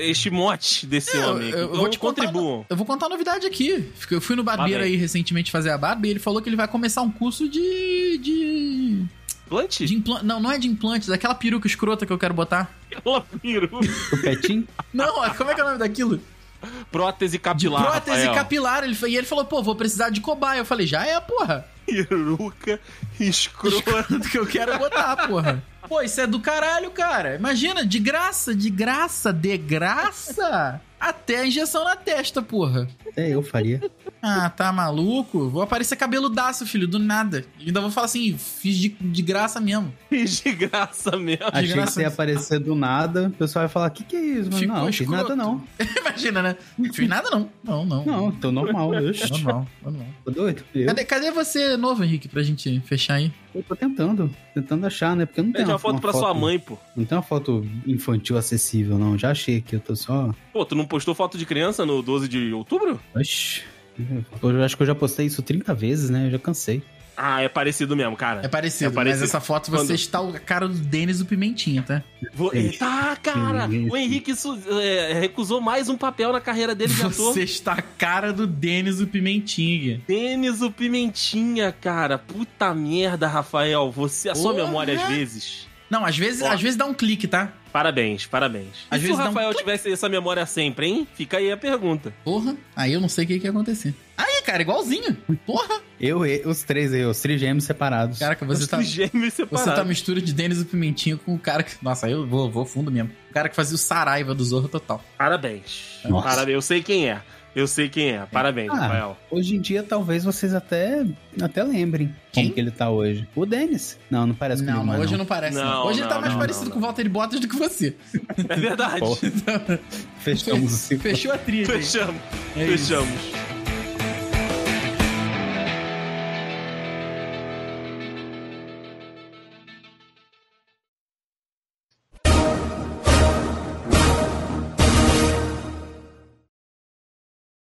Speaker 4: este mote desse
Speaker 2: Não,
Speaker 4: homem.
Speaker 2: eu- eu
Speaker 4: Então,
Speaker 2: vou te contar-
Speaker 4: contribuam.
Speaker 2: Eu vou contar a novidade aqui. Eu fui no barbeiro
Speaker 4: Lá vem.
Speaker 2: aí recentemente fazer a barba e ele falou que ele vai começar um curso de. de.
Speaker 4: Plante?
Speaker 2: de implante. Não, não é de implantes, é aquela peruca escrota que eu quero botar.
Speaker 4: Ela virou
Speaker 3: O petinho?
Speaker 2: Não, como é que é o nome daquilo?
Speaker 4: prótese
Speaker 2: De
Speaker 4: capilar.
Speaker 2: prótese
Speaker 4: Rafael.
Speaker 2: capilar. Ele, fa- e ele falou, pô, vou precisar de cobaia. Eu falei, já é, porra.
Speaker 4: Peruca escrota.
Speaker 2: Quanto que eu quero botar, porra. Pô, isso é do caralho, cara. Imagina, de graça, de graça, de graça. Até a injeção na testa, porra.
Speaker 3: É, eu faria.
Speaker 2: Ah, tá maluco? Vou aparecer cabeludaço, filho, do nada. E ainda vou falar assim, fiz de, de graça mesmo.
Speaker 4: De graça mesmo.
Speaker 3: Achei
Speaker 2: graça. né?
Speaker 3: que você ia aparecer do nada, o pessoal ia falar: que que é isso? Mas,
Speaker 2: Ficou
Speaker 3: não, não fiz
Speaker 2: escroto.
Speaker 3: nada não.
Speaker 2: Imagina, né? Não fiz nada, não. Não, não.
Speaker 3: Não, tô normal. Oxe,
Speaker 2: Normal, É normal.
Speaker 3: tô doido. Eu,
Speaker 2: Cadê, cadê você novo, Henrique, pra gente fechar aí?
Speaker 3: eu tô tentando, tentando achar, né? Porque eu não tenho
Speaker 4: Pede uma foto pra sua mãe, pô.
Speaker 3: Não tem uma foto infantil acessível, não. Já achei aqui, eu tô só.
Speaker 4: Pô, tu não postou foto de criança no 12 de outubro?
Speaker 3: Oxi. Eu acho que eu já postei isso 30 vezes, né? Eu já cansei.
Speaker 4: Ah, é parecido mesmo, cara.
Speaker 2: É parecido,
Speaker 4: É parecido.
Speaker 2: mas essa foto você
Speaker 4: Quando?
Speaker 2: está o cara do Denis o Pimentinha, tá?
Speaker 4: Vou...
Speaker 3: Sim.
Speaker 4: Tá, cara.
Speaker 3: Sim.
Speaker 4: O Henrique su- é, recusou mais um papel na carreira dele de ator.
Speaker 2: Você está a cara do Denis o Pimentinha.
Speaker 4: Denis o Pimentinha, cara. Puta merda, Rafael. Você, a sua
Speaker 2: Porra.
Speaker 4: memória às vezes.
Speaker 2: Não, às vezes,
Speaker 4: Ó.
Speaker 2: às vezes dá um clique, tá?
Speaker 4: Parabéns, parabéns.
Speaker 2: Às
Speaker 4: e se
Speaker 2: vezes
Speaker 4: o
Speaker 2: dá um
Speaker 4: Rafael
Speaker 2: clique.
Speaker 4: tivesse essa memória sempre, hein? Fica aí a pergunta.
Speaker 2: Porra, aí eu não sei o que que ia acontecer. Aí, cara, igualzinho. Porra.
Speaker 3: Eu e os três aí, os três gêmeos separados.
Speaker 2: Caraca, você
Speaker 4: Os
Speaker 2: tá...
Speaker 4: gêmeos
Speaker 2: Você
Speaker 4: separados.
Speaker 2: tá mistura de Denis o Pimentinha com o cara que... Nossa, aí eu vou, vou fundo mesmo. O cara que fazia o Saraiva do Zorro Total.
Speaker 4: Parabéns.
Speaker 3: Nossa.
Speaker 4: Parabéns. Eu sei quem é. Eu sei quem é. Parabéns,
Speaker 3: Ah.
Speaker 4: Rafael.
Speaker 3: Hoje em dia, talvez vocês até, até lembrem
Speaker 2: Quem?
Speaker 3: como que ele tá hoje. O Dennis. Não, não parece
Speaker 2: Não,
Speaker 3: comigo
Speaker 2: mas
Speaker 3: mais,
Speaker 2: hoje
Speaker 3: não.
Speaker 2: não parece. Não,
Speaker 4: Não,
Speaker 2: hoje ele tá
Speaker 4: não,
Speaker 2: mais
Speaker 4: não,
Speaker 2: parecido
Speaker 4: não,
Speaker 2: com o Walter Bottas do que você. Então,
Speaker 4: É verdade.
Speaker 3: Pô, Fechamos o ciclo.
Speaker 2: Fechou a trilha.
Speaker 4: Fechamos.
Speaker 2: É isso.
Speaker 4: Fechamos.